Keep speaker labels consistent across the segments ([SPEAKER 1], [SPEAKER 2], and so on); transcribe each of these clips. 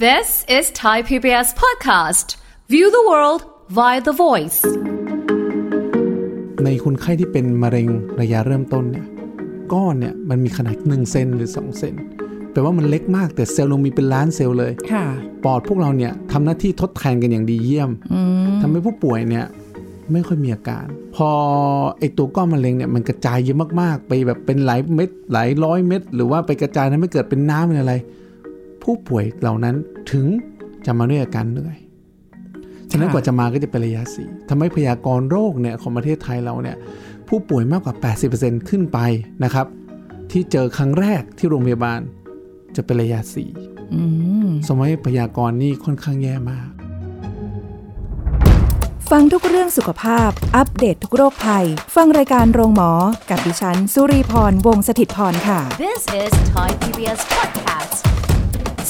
[SPEAKER 1] This is Thai PBS podcast. View the world via the voice.
[SPEAKER 2] ในคนไข้ที่เป็นมะเร็งระยะเริ่มต้นเนี่ยก้อนเนี่ยมันมีขนาด1เซนหรือ2เซนแปลว่ามันเล็กมากแต่เซลล์ลงมีเป็นล้านเซลล์เลย
[SPEAKER 3] ค่ะ
[SPEAKER 2] ปอดพวกเราเนี่ยทำหน้าที่ทดแทนกันอย่างดีเยี่ยมทำให้ผู้ป่วยเนี่ยไม่ค่อยมีอาการ พอไอตัวก้อนมะเร็งเนี่ยมันกระจายเยอะมากๆ ไปแบบเป็นหลายเม็ดหลายร้อยเม็ดหรือว่าไปกระจายทำให้เกิดเป็นน้ำเป็นอะไร ผู้ป่วยเหล่านั้นถึงจะมาด้วยอาการเหนื่อย ฉะนั้น
[SPEAKER 3] ค่ะ
[SPEAKER 2] กว่าจะมาก็จะเป็นระยะสี่ทำให้พยากรณ์โรคเนี่ยของประเทศไทยเราเนี่ยผู้ป่วยมากกว่า 80%ขึ้นไปนะครับ ที่เจอครั้งแรกที่โรงพยาบาลจะเป็นระยะสี่
[SPEAKER 3] อืม
[SPEAKER 2] สมัยพยากรณ์นี่ค่อนข้างแย่มาก
[SPEAKER 3] ฟังทุกเรื่องสุขภาพ อัปเดตทุกโรคภัย ฟังรายการโรงหมอ กับดิฉัน สุรีพร วงศิตพรค่ะ
[SPEAKER 1] This is Thai PBS podcast.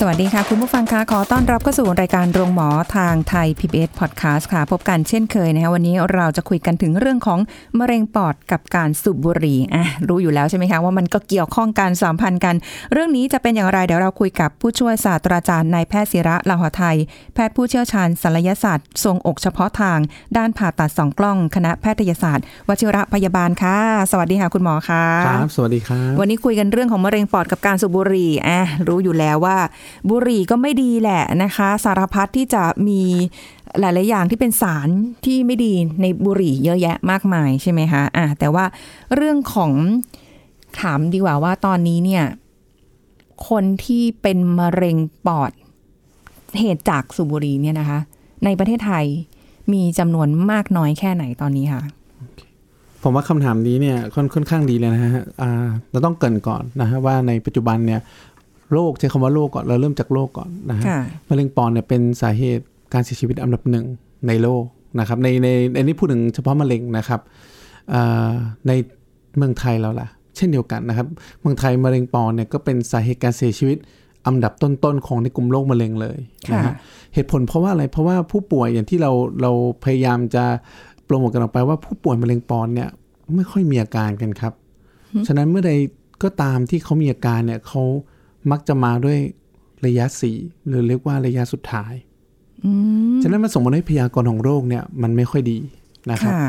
[SPEAKER 3] สวัสดีค่ะ คุณผู้ฟังคะขอต้อนรับเข้าสู่รายการโรงหมอทางไทย PBS Podcast ค่ะ พบกันเช่นเคยนะคะวันนี้เราจะคุยกันถึงเรื่องของมะเร็งปอดกับการสูบบุหรี่อ่ะรู้อยู่แล้วใช่ไหมคะ ว่ามันก็เกี่ยวข้องกันสัมพันธ์กัน เรื่องนี้จะเป็นอย่างไรเดี๋ยวเราคุยกับผู้ช่วยศาสตราจารย์นายแพทย์ศิระลาหอไทย แพทย์ผู้เชี่ยวชาญศัลยศาสตร์ทรงอกเฉพาะทาง ด้านผ่าตัดสองกล้องคณะแพทยศาสตร์วชิระพยาบาลค่ะ สวัสดีค่ะคุณหมอค่ะ
[SPEAKER 2] ครับ สวัสดีครับ
[SPEAKER 3] วันนี้คุยกันเรื่องของมะเร็งปอดกับการสูบบุหรี่อ่ะรู้อยู่แล้วว่า บุหรี่ก็ไม่ดีแหละนะคะ สารพัดที่จะมีหลาย ๆ อย่างที่เป็นสารที่ไม่ดีในบุหรี่เยอะแยะมากมายใช่ไหมคะอ่ะแต่ว่าเรื่องของถามดีกว่าว่าตอนนี้เนี่ย คนที่เป็นมะเร็งปอดเหตุจากสูบบุหรี่เนี่ยนะคะ ในประเทศไทยมีจำนวนมากน้อยแค่ไหนตอนนี้คะ
[SPEAKER 2] ผมว่าคำถามนี้เนี่ยค่อนค่อนข้างดีเลยนะฮะอ่าเราต้องเกรินก่อนนะฮะว่าในปัจจุบันเนี่ยโรคใช้คำว่าโรคก่อนเราเริ่มจากโรคก่อนนะฮะ
[SPEAKER 3] ค่ะ
[SPEAKER 2] มะเร็งปอดเนี่ยเป็นสาเหตุการเสียชีวิตอันดับหนึ่งในโลกนะครับในในในนี้พูดถึงเฉพาะมะเร็งนะครับอ่าในเมืองไทยเราล่ะ เช่นเดียวกันนะครับ เมืองไทยมะเร็งปอดเนี่ยก็เป็นสาเหตุการเสียชีวิตอันดับต้นๆของในกลุ่มโรคมะเร็งเลยนะฮะ
[SPEAKER 3] ค่ะ
[SPEAKER 2] เหตุผลเพราะว่าอะไร เพราะว่าผู้ป่วยอย่างที่เราเราพยายามจะโปรโมทกันออกไปว่าผู้ป่วยมะเร็งปอดเนี่ยไม่ค่อยมีอาการกันครับ ฉะนั้นเมื่อใดก็ตามที่เขามีอาการเนี่ยเขามักจะมาด้วยระยะสี่หรือเรียกว่าระยะสุดท้าย
[SPEAKER 3] อืม
[SPEAKER 2] ฉะนั้นมันส่งผลให้พยากรณ์ของโรคเนี่ยมันไม่ค่อยดีนะครับ
[SPEAKER 3] ค่ะ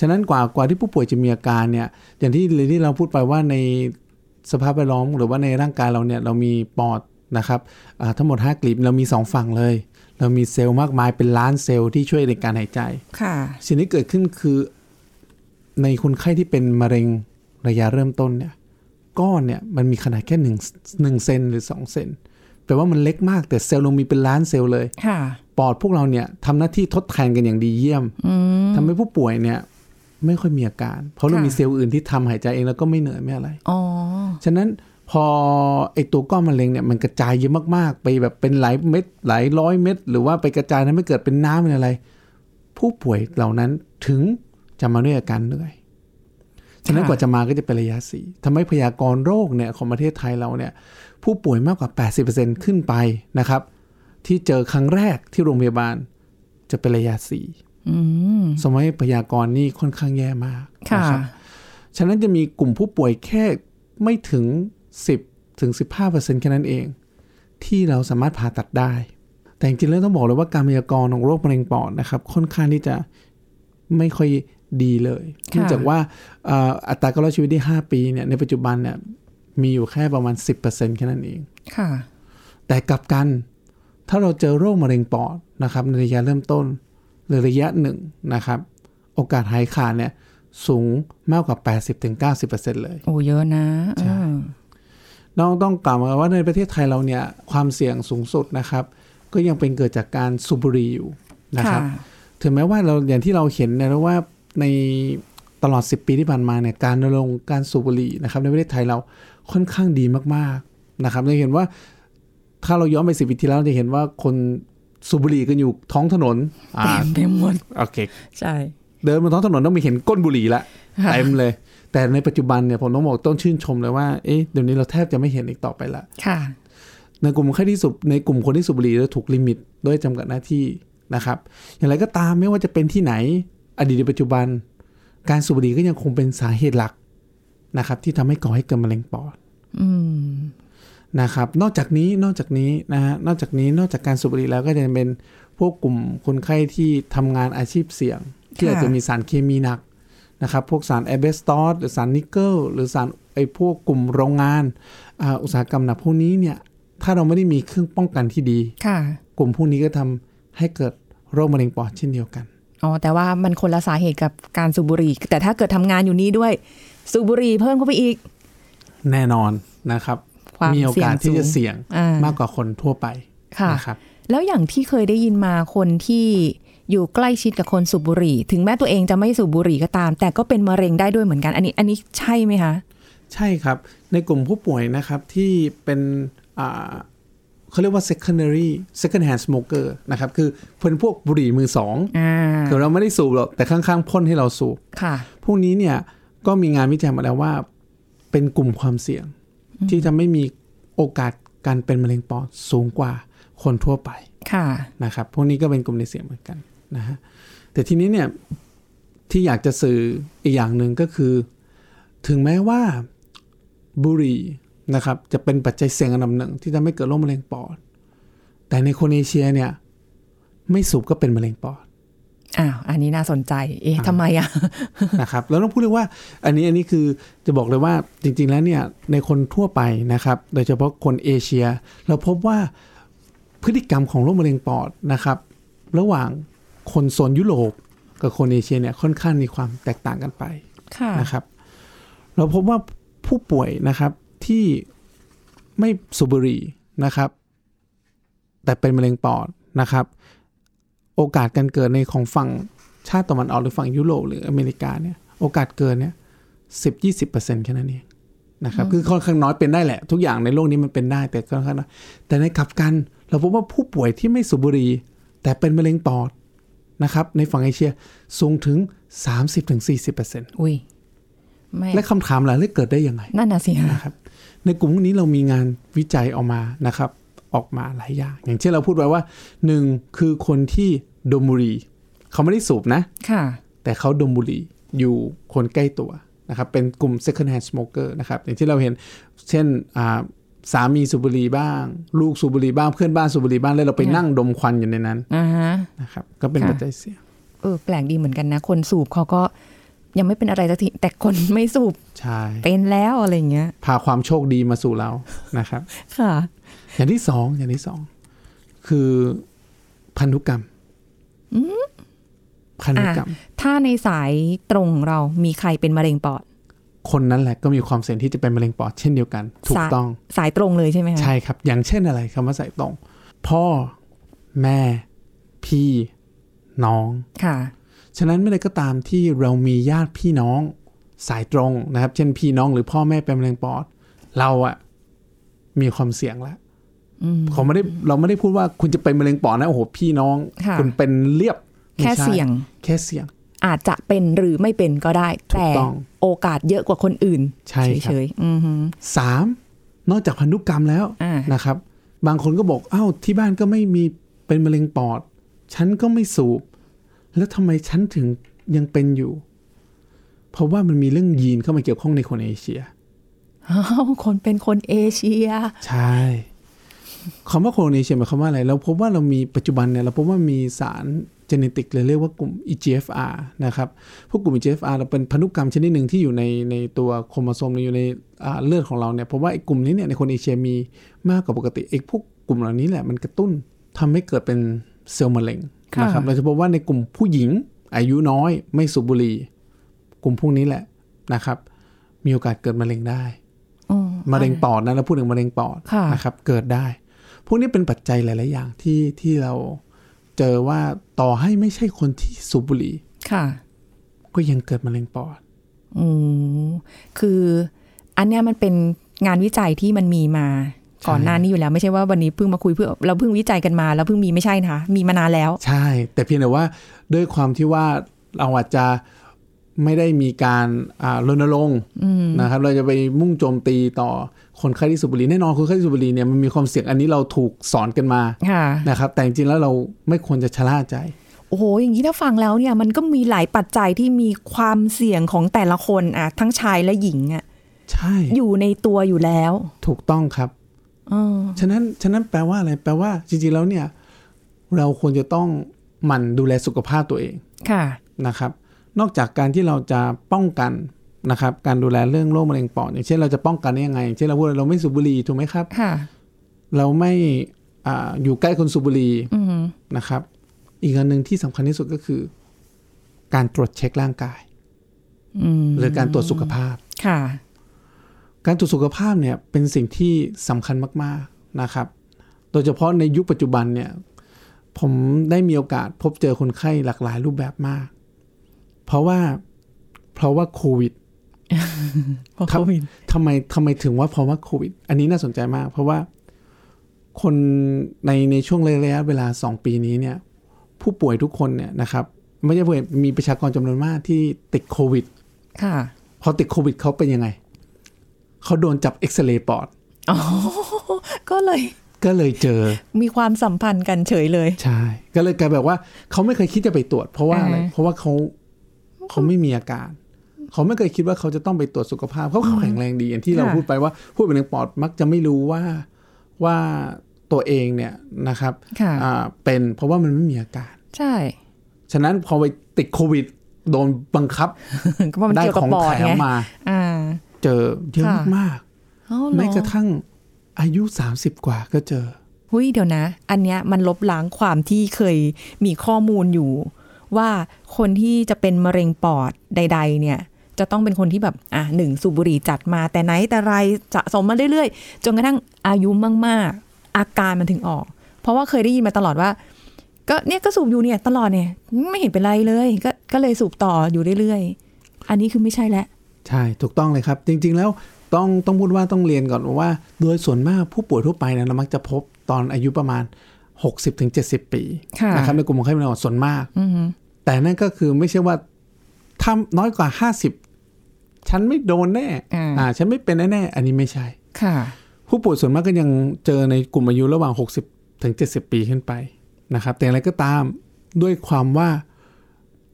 [SPEAKER 2] ฉะนั้นกว่ากว่าที่ผู้ป่วยจะมีอาการเนี่ยอย่างที่ที่เราพูดไปว่าในสภาพแวดล้อมหรือว่าในร่างกายเราเนี่ยเรามีปอดนะครับอ่าทั้งหมด 5กลีบเรามี 2 ฝั่งเลย เรามีเซลล์มากมายเป็นล้านเซลล์ที่ช่วยในการหายใจ
[SPEAKER 3] ค่ะ
[SPEAKER 2] สิ่งที่เกิดขึ้นคือในคนไข้ที่เป็นมะเร็งระยะเริ่มต้นเนี่ยก้อนเนี่ยมันมีขนาดแค่1หนึ่งเซนหรือ2เซนแปลว่ามันเล็กมากแต่เซลล์เรามีเป็นล้านเซลล์เลย
[SPEAKER 3] ค่ะ
[SPEAKER 2] ปอดพวกเราเนี่ยทำหน้าที่ทดแทนกันอย่างดีเยี่ยม
[SPEAKER 3] อืม
[SPEAKER 2] ทำให้ผู้ป่วยเนี่ยไม่ค่อยมีอาการ เพราะเรา
[SPEAKER 3] ค่ะ
[SPEAKER 2] มีเซลล์อื่นที่ทำหายใจเองแล้วก็ไม่เหนื่อยไม่อะไร
[SPEAKER 3] อ๋อ
[SPEAKER 2] ฉะนั้นพอไอตัวก้อนมะเร็งเนี่ยมันกระจายเยอะมากๆ ไปแบบเป็นหลายเม็ดหลายร้อยเม็ดหรือว่าไปกระจายทำให้เกิดเป็นน้ำเป็นอะไร ผู้ป่วยเหล่านั้นถึงจะมาด้วยอาการเหนื่อย ฉะนั้น
[SPEAKER 3] ค่ะ
[SPEAKER 2] กว่าจะมาก็จะเป็นระยะสี่ทำให้พยากรณ์โรคเนี่ยของประเทศไทยเราเนี่ยผู้ป่วยมากกว่า 80%ขึ้นไปนะครับ ที่เจอครั้งแรกที่โรงพยาบาลจะเป็นระยะสี่
[SPEAKER 3] อืม
[SPEAKER 2] สมัยพยากรณ์นี่ค่อนข้างแย่มาก
[SPEAKER 3] ค่ะ
[SPEAKER 2] นะครับฉะนั้นจะมีกลุ่มผู้ป่วยแค่ไม่ถึง 10ถึง15%แค่นั้นเอง ที่เราสามารถผ่าตัดได้ แต่จริงๆแล้วต้องบอกเลยว่าการพยากรณ์ของโรคมะเร็งปอดนะครับ ค่อนข้างที่จะไม่ค่อยดีเลย
[SPEAKER 3] ค่ะ
[SPEAKER 2] เนื่องจากว่าเอ่ออัตราการรอดชีวิตที่ 5 ปีเนี่ยในปัจจุบันเนี่ยมีอยู่แค่ประมาณ 10%แค่นั้นเอง
[SPEAKER 3] ค่ะ
[SPEAKER 2] แต่กลับกัน ถ้าเราเจอโรคมะเร็งปอดนะครับในระยะเริ่มต้นหรือระยะหนึ่งนะครับ โอกาสหายขาดเนี่ยสูงมากกว่า 80-90%เลย
[SPEAKER 3] โอ้เยอะนะ
[SPEAKER 2] ใช่
[SPEAKER 3] เออ
[SPEAKER 2] น้องต้องกล่าวมาว่าในประเทศไทยเราเนี่ยความเสี่ยงสูงสุดนะครับ ก็ยังเป็นเกิดจากการสูบบุหรี่อยู่นะครับ ถึงแม้ว่าเราอย่างที่เราเห็นเนะว่าในตลอด 10 ปีที่ผ่านมาเนี่ยการรณรงค์การสูบบุหรี่นะครับในประเทศไทยเราค่อนข้างดีมากๆนะครับจะเห็นว่าถ้าเราย้อนไปสิบปีที่แล้วจะเห็นว่าคนสูบบุหรี่กันอยู่ท้องถนนอ่า
[SPEAKER 3] เต็มไปหมด
[SPEAKER 2] โอเค
[SPEAKER 3] ใช่
[SPEAKER 2] เดินบนท้องถนนต้องมีเห็นก้นบุหรี่ ละ
[SPEAKER 3] ค่ะ
[SPEAKER 2] เต็มเลย แต่ในปัจจุบันเนี่ยผมต้องบอกต้องชื่นชมเลยว่าเอ๊ะเดี๋ยวนี้เราแทบจะไม่เห็นอีกต่อไปละ
[SPEAKER 3] ค่ะ
[SPEAKER 2] ในกลุ่มคนที่สูบในกลุ่มคนที่สูบบุหรี่จะถูกลิมิตด้วยจำกัดหน้าที่นะครับ อย่างไรก็ตามไม่ว่าจะเป็นที่ไหน อดีตหรือปัจจุบัน การสูบบุหรี่ก็ยังคงเป็นสาเหตุหลักนะครับ ที่ทำให้ก่อให้เกิดมะเร็งปอด
[SPEAKER 3] อืม
[SPEAKER 2] นะครับ นอกจากนี้นอกจากนี้นะฮะนอกจากนี้นอกจากการสูบบุหรี่แล้วก็จะเป็นพวกกลุ่มคนไข้ที่ทำงานอาชีพเสี่ยง ที่
[SPEAKER 3] ค่ะ
[SPEAKER 2] อาจจะมีสารเคมีหนักนะครับ พวกสารแอเบสตอสหรือสารนิกเกิลหรือสารไอพวกกลุ่มโรงงานอ่าอุตสาหกรรมหนักพวกนี้เนี่ยถ้าเราไม่ได้มีเครื่องป้องกันที่ดี
[SPEAKER 3] ค่ะ
[SPEAKER 2] กลุ่มพวกนี้ก็ทำให้เกิดโรคมะเร็งปอดเช่นเดียวกัน
[SPEAKER 3] อ๋อ แต่ว่ามันคนละสาเหตุกับการสูบบุหรี่ แต่ถ้าเกิดทำงานอยู่นี้ด้วย สูบบุหรี่เพิ่มเข้าไปอีก
[SPEAKER 2] แน่นอนนะครับ
[SPEAKER 3] ความ
[SPEAKER 2] มีโอกาสที่จะเสี่ยง
[SPEAKER 3] อ่าม
[SPEAKER 2] มากกว่าคนทั่วไป
[SPEAKER 3] ค่ะ
[SPEAKER 2] นะครับ
[SPEAKER 3] แล้วอย่างที่เคยได้ยินมาคนที่อยู่ใกล้ชิดกับคนสูบบุหรี่ ถึงแม้ตัวเองจะไม่สูบบุหรี่ก็ตาม แต่ก็เป็นมะเร็งได้ด้วยเหมือนกัน อันนี้อันนี้ใช่ไหมคะ
[SPEAKER 2] ใช่ครับ ในกลุ่มผู้ป่วยนะครับที่เป็นอ่าเขาเรียกว่า secondary second hand smoker นะครับ คือเป็นพวกบุหรี่มือสอง
[SPEAKER 3] อ่า
[SPEAKER 2] คือเราไม่ได้สูบหรอก แต่ข้างๆพ่นให้เราสูบ
[SPEAKER 3] ค่ะ
[SPEAKER 2] พวกนี้เนี่ยก็มีงานวิจัยมาแล้วว่าเป็นกลุ่มความเสี่ยง ที่จะไม่มีโอกาสการเป็นมะเร็งปอดสูงกว่าคนทั่วไป
[SPEAKER 3] ค่ะ
[SPEAKER 2] นะครับพวกนี้ก็เป็นกลุ่มในเสี่ยงเหมือนกันนะฮะแต่ทีนี้เนี่ยที่อยากจะสื่ออีกอย่างหนึ่งก็คือ ถึงแม้ว่าบุหรี่นะครับจะเป็นปัจจัยเสี่ยงอันดับหนึ่งที่ทำให้เกิดโรคมะเร็งปอด แต่ในคนเอเชียเนี่ยไม่สูบก็เป็นมะเร็งปอด
[SPEAKER 3] อ้าว อันนี้น่าสนใจ เอ๊ะทำไมอ่ะ
[SPEAKER 2] นะครับแล้วต้องพูดเลยว่าอันนี้อันนี้คือจะบอกเลยว่าจริง ๆ แล้วเนี่ยในคนทั่วไปนะครับโดยเฉพาะคนเอเชีย เราพบว่าพฤติกรรมของโรคมะเร็งปอดนะครับ ระหว่างคนโซนยุโรปกับคนเอเชียเนี่ยค่อนข้างมีความแตกต่างกันไป
[SPEAKER 3] ค่ะ
[SPEAKER 2] นะครับเราพบว่าผู้ป่วยนะครับที่ไม่สูบบุหรี่นะครับ แต่เป็นมะเร็งปอดนะครับ โอกาสการเกิดในของฝั่งชาติตะวันออกหรือฝั่งยุโรปหรืออเมริกาเนี่ยโอกาสเกิดเนี่ยสิบยี่สิบเปอร์เซ็นต์แค่นั้นเองนะครับคือค่อนข้างน้อยเป็นได้แหละ ทุกอย่างในโลกนี้มันเป็นได้แต่ค่อนข้างน้อยแต่ในกลับกัน เราพบว่าผู้ป่วยที่ไม่สูบบุหรี่แต่เป็นมะเร็งปอดนะครับในฝั่งเอเชียสูงถึง 30-40%
[SPEAKER 3] อุ้ย ไม่
[SPEAKER 2] และคำถามหลายเรื่องเกิดได้ยังไง
[SPEAKER 3] นั่นน่ะสิฮะ
[SPEAKER 2] นะครับ ในกลุ่มพวกนี้เรามีงานวิจัยออกมานะครับ ออกมาหลายอย่าง อย่างเช่นเราพูดไว้ว่าหนึ่งคือคนที่ดมบุหรี่เขาไม่ได้สูบนะ
[SPEAKER 3] ค่ะ
[SPEAKER 2] แต่เขาดมบุหรี่อยู่คนใกล้ตัวนะครับ เป็นกลุ่ม second hand smoker นะครับ อย่างที่เราเห็นเช่นอ่าสามีสูบบุหรี่บ้าง ลูกสูบบุหรี่บ้างเพื่อนบ้านสูบบุหรี่บ้างแล้วเราไปนั่งดมควันอยู่ในนั้น
[SPEAKER 3] อ่าฮะ
[SPEAKER 2] นะครับก็เป็น
[SPEAKER 3] ค่ะ
[SPEAKER 2] ปัจจัยเสี่ยง
[SPEAKER 3] เออ แปลกดีเหมือนกันนะ คนสูบเขาก็ยังไม่เป็นอะไรสักที แต่คนไม่สูบ
[SPEAKER 2] ใช่
[SPEAKER 3] เป็นแล้วอะไรอย่างเงี้ย
[SPEAKER 2] พาความโชคดีมาสู่เรานะครับ
[SPEAKER 3] ค่ะ
[SPEAKER 2] อย่างที่สองอย่างที่สองคือพันธุกรรมพันธุกรรม
[SPEAKER 3] ถ้าในสายตรงของเรามีใครเป็นมะเร็งปอด
[SPEAKER 2] คนนั้นแหละก็มีความเสี่ยงที่จะเป็นมะเร็งปอดเช่นเดียวกัน ถูกต้อง
[SPEAKER 3] สายตรงเลยใช่ไหมคะ
[SPEAKER 2] ใช่ครับ อย่างเช่นอะไรคำว่าใส่ตรง พ่อ แม่ พี่ น้อง
[SPEAKER 3] ค่ะ
[SPEAKER 2] ฉะนั้นเมื่อใดก็ตามที่เรามีญาติพี่น้องสายตรงนะครับ เช่นพี่น้องหรือพ่อแม่เป็นมะเร็งปอด เราอะมีความเสี่ยงแล้วเขาไม่ได้เราไม่ได้พูดว่าคุณจะเป็นมะเร็งปอดนะโอ้โหพี่น้อง
[SPEAKER 3] ค่ะ
[SPEAKER 2] ณเป็นเรียบไม่
[SPEAKER 3] แค่
[SPEAKER 2] ใช่
[SPEAKER 3] เสี่ยง
[SPEAKER 2] แค่เสี่ยง
[SPEAKER 3] อาจจะเป็นหรือไม่เป็นก็ได้
[SPEAKER 2] ถูก
[SPEAKER 3] แต่
[SPEAKER 2] ต้อง
[SPEAKER 3] โอกาสเยอะกว่าคนอื่น
[SPEAKER 2] ใช่ครับ
[SPEAKER 3] เฉยๆอือฮึ
[SPEAKER 2] สามนอกจากพันธุกรรมแล้ว
[SPEAKER 3] อ่าน
[SPEAKER 2] นะครับ บางคนก็บอกอ้าวที่บ้านก็ไม่มีเป็นมะเร็งปอด ฉันก็ไม่สูบ แล้วทำไมฉันถึงยังเป็นอยู่ เพราะว่ามันมีเรื่องยีนเข้ามาเกี่ยวข้องในคนเอเชีย
[SPEAKER 3] อ้าวคนเป็นคนเอเชีย
[SPEAKER 2] ใช่คำว่าโคโรเนเชียหมายความว่าอะไร เราพบว่าเรามีปัจจุบันเนี่ย เราพบว่ามีสารเจเนติกหรือเรียกว่ากลุ่ม EGFR นะครับ พวกกลุ่ม EGFR เราเป็นพันธุกรรมชนิดหนึ่งที่อยู่ในในตัวโครโมโซมหรืออยู่ในอ่าเลือดของเราเนี่ยพบว่าไอ้กลุ่มนี้เนี่ยในคนเอเชียมีมากกว่าปกติไอ้พวกกลุ่มเหล่านี้แหละมันกระตุ้นทำให้เกิดเป็นเซลล์มะเร็ง
[SPEAKER 3] ค่ะ
[SPEAKER 2] นะครับ เราจะพบว่าในกลุ่มผู้หญิงอายุน้อยไม่สูบบุหรี่ กลุ่มพวกนี้แหละนะครับ มีโอกาสเกิดมะเร็งได้
[SPEAKER 3] อ๋อ
[SPEAKER 2] มะเร็งปอดนะเราพูดถึงมะเร็งปอด
[SPEAKER 3] ค่ะ
[SPEAKER 2] นะครับ เกิดได้ พวกนี้เป็นปัจจัยหลาย ๆ อย่างที่ที่เราเจอว่าต่อให้ไม่ใช่คนที่สูบบุหรี่
[SPEAKER 3] ค่ะ
[SPEAKER 2] ก็ยังเกิดมะเร็งปอด
[SPEAKER 3] อือคืออันเนี้ยมันเป็นงานวิจัยที่มันมีมา ก่อนหน้านี้อยู่แล้วไม่ใช่ว่าวันนี้เพิ่งมาคุยเพื่อเราเพิ่งวิจัยกันมาแล้วเพิ่งมีไม่ใช่นะคะมีมานานแล้ว
[SPEAKER 2] ใช่ แต่เพียงแต่ว่าด้วยความที่ว่าเราอาจจะไม่ได้มีการอ่ารณรงค์นะครับ เราจะไปมุ่งโจมตีต่อคนไข้ที่สูบบุหรี่แน่นอนคนไข้ที่สูบบุหรี่เนี่ยมันมีความเสี่ยงอันนี้เราถูกสอนกันมา
[SPEAKER 3] ค่ะ
[SPEAKER 2] นะครับ แต่จริงๆแล้วเราไม่ควรจะชะล่าใจ
[SPEAKER 3] โอ้โห อย่างนี้ถ้าฟังแล้วเนี่ย มันก็มีหลายปัจจัยที่มีความเสี่ยงของแต่ละคนอะทั้งชายและหญิงอะ
[SPEAKER 2] ใช่
[SPEAKER 3] อยู่ในตัวอยู่แล้ว
[SPEAKER 2] ถูกต้องครับ
[SPEAKER 3] อืม
[SPEAKER 2] ฉะนั้นฉะนั้นแปลว่าอะไรแปลว่าจริงๆแล้วเนี่ย เราควรจะต้องหมั่นดูแลสุขภาพตัวเอง
[SPEAKER 3] ค่ะ
[SPEAKER 2] นะครับ นอกจากการที่เราจะป้องกันนะครับ การดูแลเรื่องโรคมะเร็งปอดอย่างเช่นเราจะป้องกันได้ยังไงอย่างเช่นเราพูดเราไม่สูบบุหรี่ถูกไหมครับ
[SPEAKER 3] ค่ะ
[SPEAKER 2] เราไม่อ่าอยู่ใกล้คนสูบบุหรี่
[SPEAKER 3] อืม
[SPEAKER 2] นะครับ อีกอันหนึ่งที่สำคัญที่สุดก็คือ การตรวจเช็คร่างกาย
[SPEAKER 3] อืม
[SPEAKER 2] หรือการตรวจสุขภาพ
[SPEAKER 3] ค่ะ
[SPEAKER 2] การตรวจสุขภาพเนี่ยเป็นสิ่งที่สำคัญมากๆนะครับ โดยเฉพาะในยุคปัจจุบันเนี่ย ผมได้มีโอกาสพบเจอคนไข้หลากหลายรูปแบบมาก เพราะว่าเพราะว่าโควิด
[SPEAKER 3] เพราะโควิด
[SPEAKER 2] ทำไมทำไมถึงว่าเพราะว่าโควิด อันนี้น่าสนใจมาก เพราะว่าคนในในช่วงระยะเวลา 2 ปีนี้เนี่ย ผู้ป่วยทุกคนเนี่ยนะครับ ไม่ใช่ผู้ป่วยมีประชากรจำนวนมากที่ติดโควิด
[SPEAKER 3] ค่ะ
[SPEAKER 2] พอติดโควิดเขาเป็นยังไง เขาโดนจับเอ็กซเรย์ปอด
[SPEAKER 3] อ๋อ ก็เลย
[SPEAKER 2] ก็เลยเจอ
[SPEAKER 3] มีความสัมพันธ์กันเฉยเลย
[SPEAKER 2] ใช่ ก็เลยกลายแบบว่าเขาไม่เคยคิดจะไปตรวจ เพราะว่าอะไร
[SPEAKER 3] อ่าฮะ
[SPEAKER 2] เพราะว่าเขาเขาไม่มีอาการ เขาไม่เคยคิดว่าเขาจะต้องไปตรวจสุขภาพเขาเขาแข็งแรงดีอย่างที่เราพูดไปว่าผู้เป็นมะเร็งปอดมักจะไม่รู้ว่าว่าตัวเองเนี่ยนะครับ
[SPEAKER 3] ค่ะ
[SPEAKER 2] อ่าเป็นเพราะว่ามันไม่มีอาการ
[SPEAKER 3] ใช่
[SPEAKER 2] ฉะนั้นพอไปติดโควิด โดนบังคับ
[SPEAKER 3] ก็เพราะมัน
[SPEAKER 2] ได้
[SPEAKER 3] เกี่ยว
[SPEAKER 2] ข
[SPEAKER 3] กับ
[SPEAKER 2] อง
[SPEAKER 3] ปอด
[SPEAKER 2] แถม
[SPEAKER 3] ไง
[SPEAKER 2] มา
[SPEAKER 3] อ่า
[SPEAKER 2] เจอเยอะ
[SPEAKER 3] ค่ะ
[SPEAKER 2] มาก
[SPEAKER 3] เอา
[SPEAKER 2] ๆ
[SPEAKER 3] เหร
[SPEAKER 2] แม้ก
[SPEAKER 3] อ
[SPEAKER 2] ระทั่งอายุ 30 กว่าก็เจอ
[SPEAKER 3] หุ้ยเดี๋ยวนะ อันเนี้ยมันลบล้างความที่เคยมีข้อมูลอยู่ ว่าคนที่จะเป็นมะเร็งปอดใด ๆ เนี่ย จะต้องเป็นคนที่แบบอ่ะหนึ่งสูบบุหรี่จัดมาแต่ไหนแต่ไรสะสมมาเรื่อยๆ จนกระทั่งอายุมากๆ อาการมันถึงออก เพราะว่าเคยได้ยินมาตลอดว่า ก็เนี่ยก็สูบอยู่เนี่ยตลอดเนี่ยไม่เห็นเป็นไรเลยก็ก็เลยสูบต่ออยู่เรื่อยๆ อันนี้คือไม่ใช่แล้ว
[SPEAKER 2] ใช่ถูกต้องเลยครับ จริงๆแล้วต้องต้องพูดว่าต้องเรียนก่อนว่า โดยส่วนมากผู้ป่วยทั่วไปเนะเรามักจะพบตอนอายุประมาณ 60-70 ปีนะครับในกลุ่มของไข้หวัดนกส่วนมาก
[SPEAKER 3] อือฮึ
[SPEAKER 2] แต่นั่นก็คือไม่ใช่ว่าถ้าน้อยกว่า 50 ฉันไม่โดนแน่
[SPEAKER 3] อ่า
[SPEAKER 2] อ่าฉันไม่เป็นแน่ๆอันนี้ไม่ใช่
[SPEAKER 3] ค่ะ
[SPEAKER 2] ผู้ป่วยส่วนมากก็ยังเจอในกลุ่มอายุระหว่าง 60ถึง70 ปีขึ้นไปนะครับแต่อย่างไรก็ตามด้วยความว่า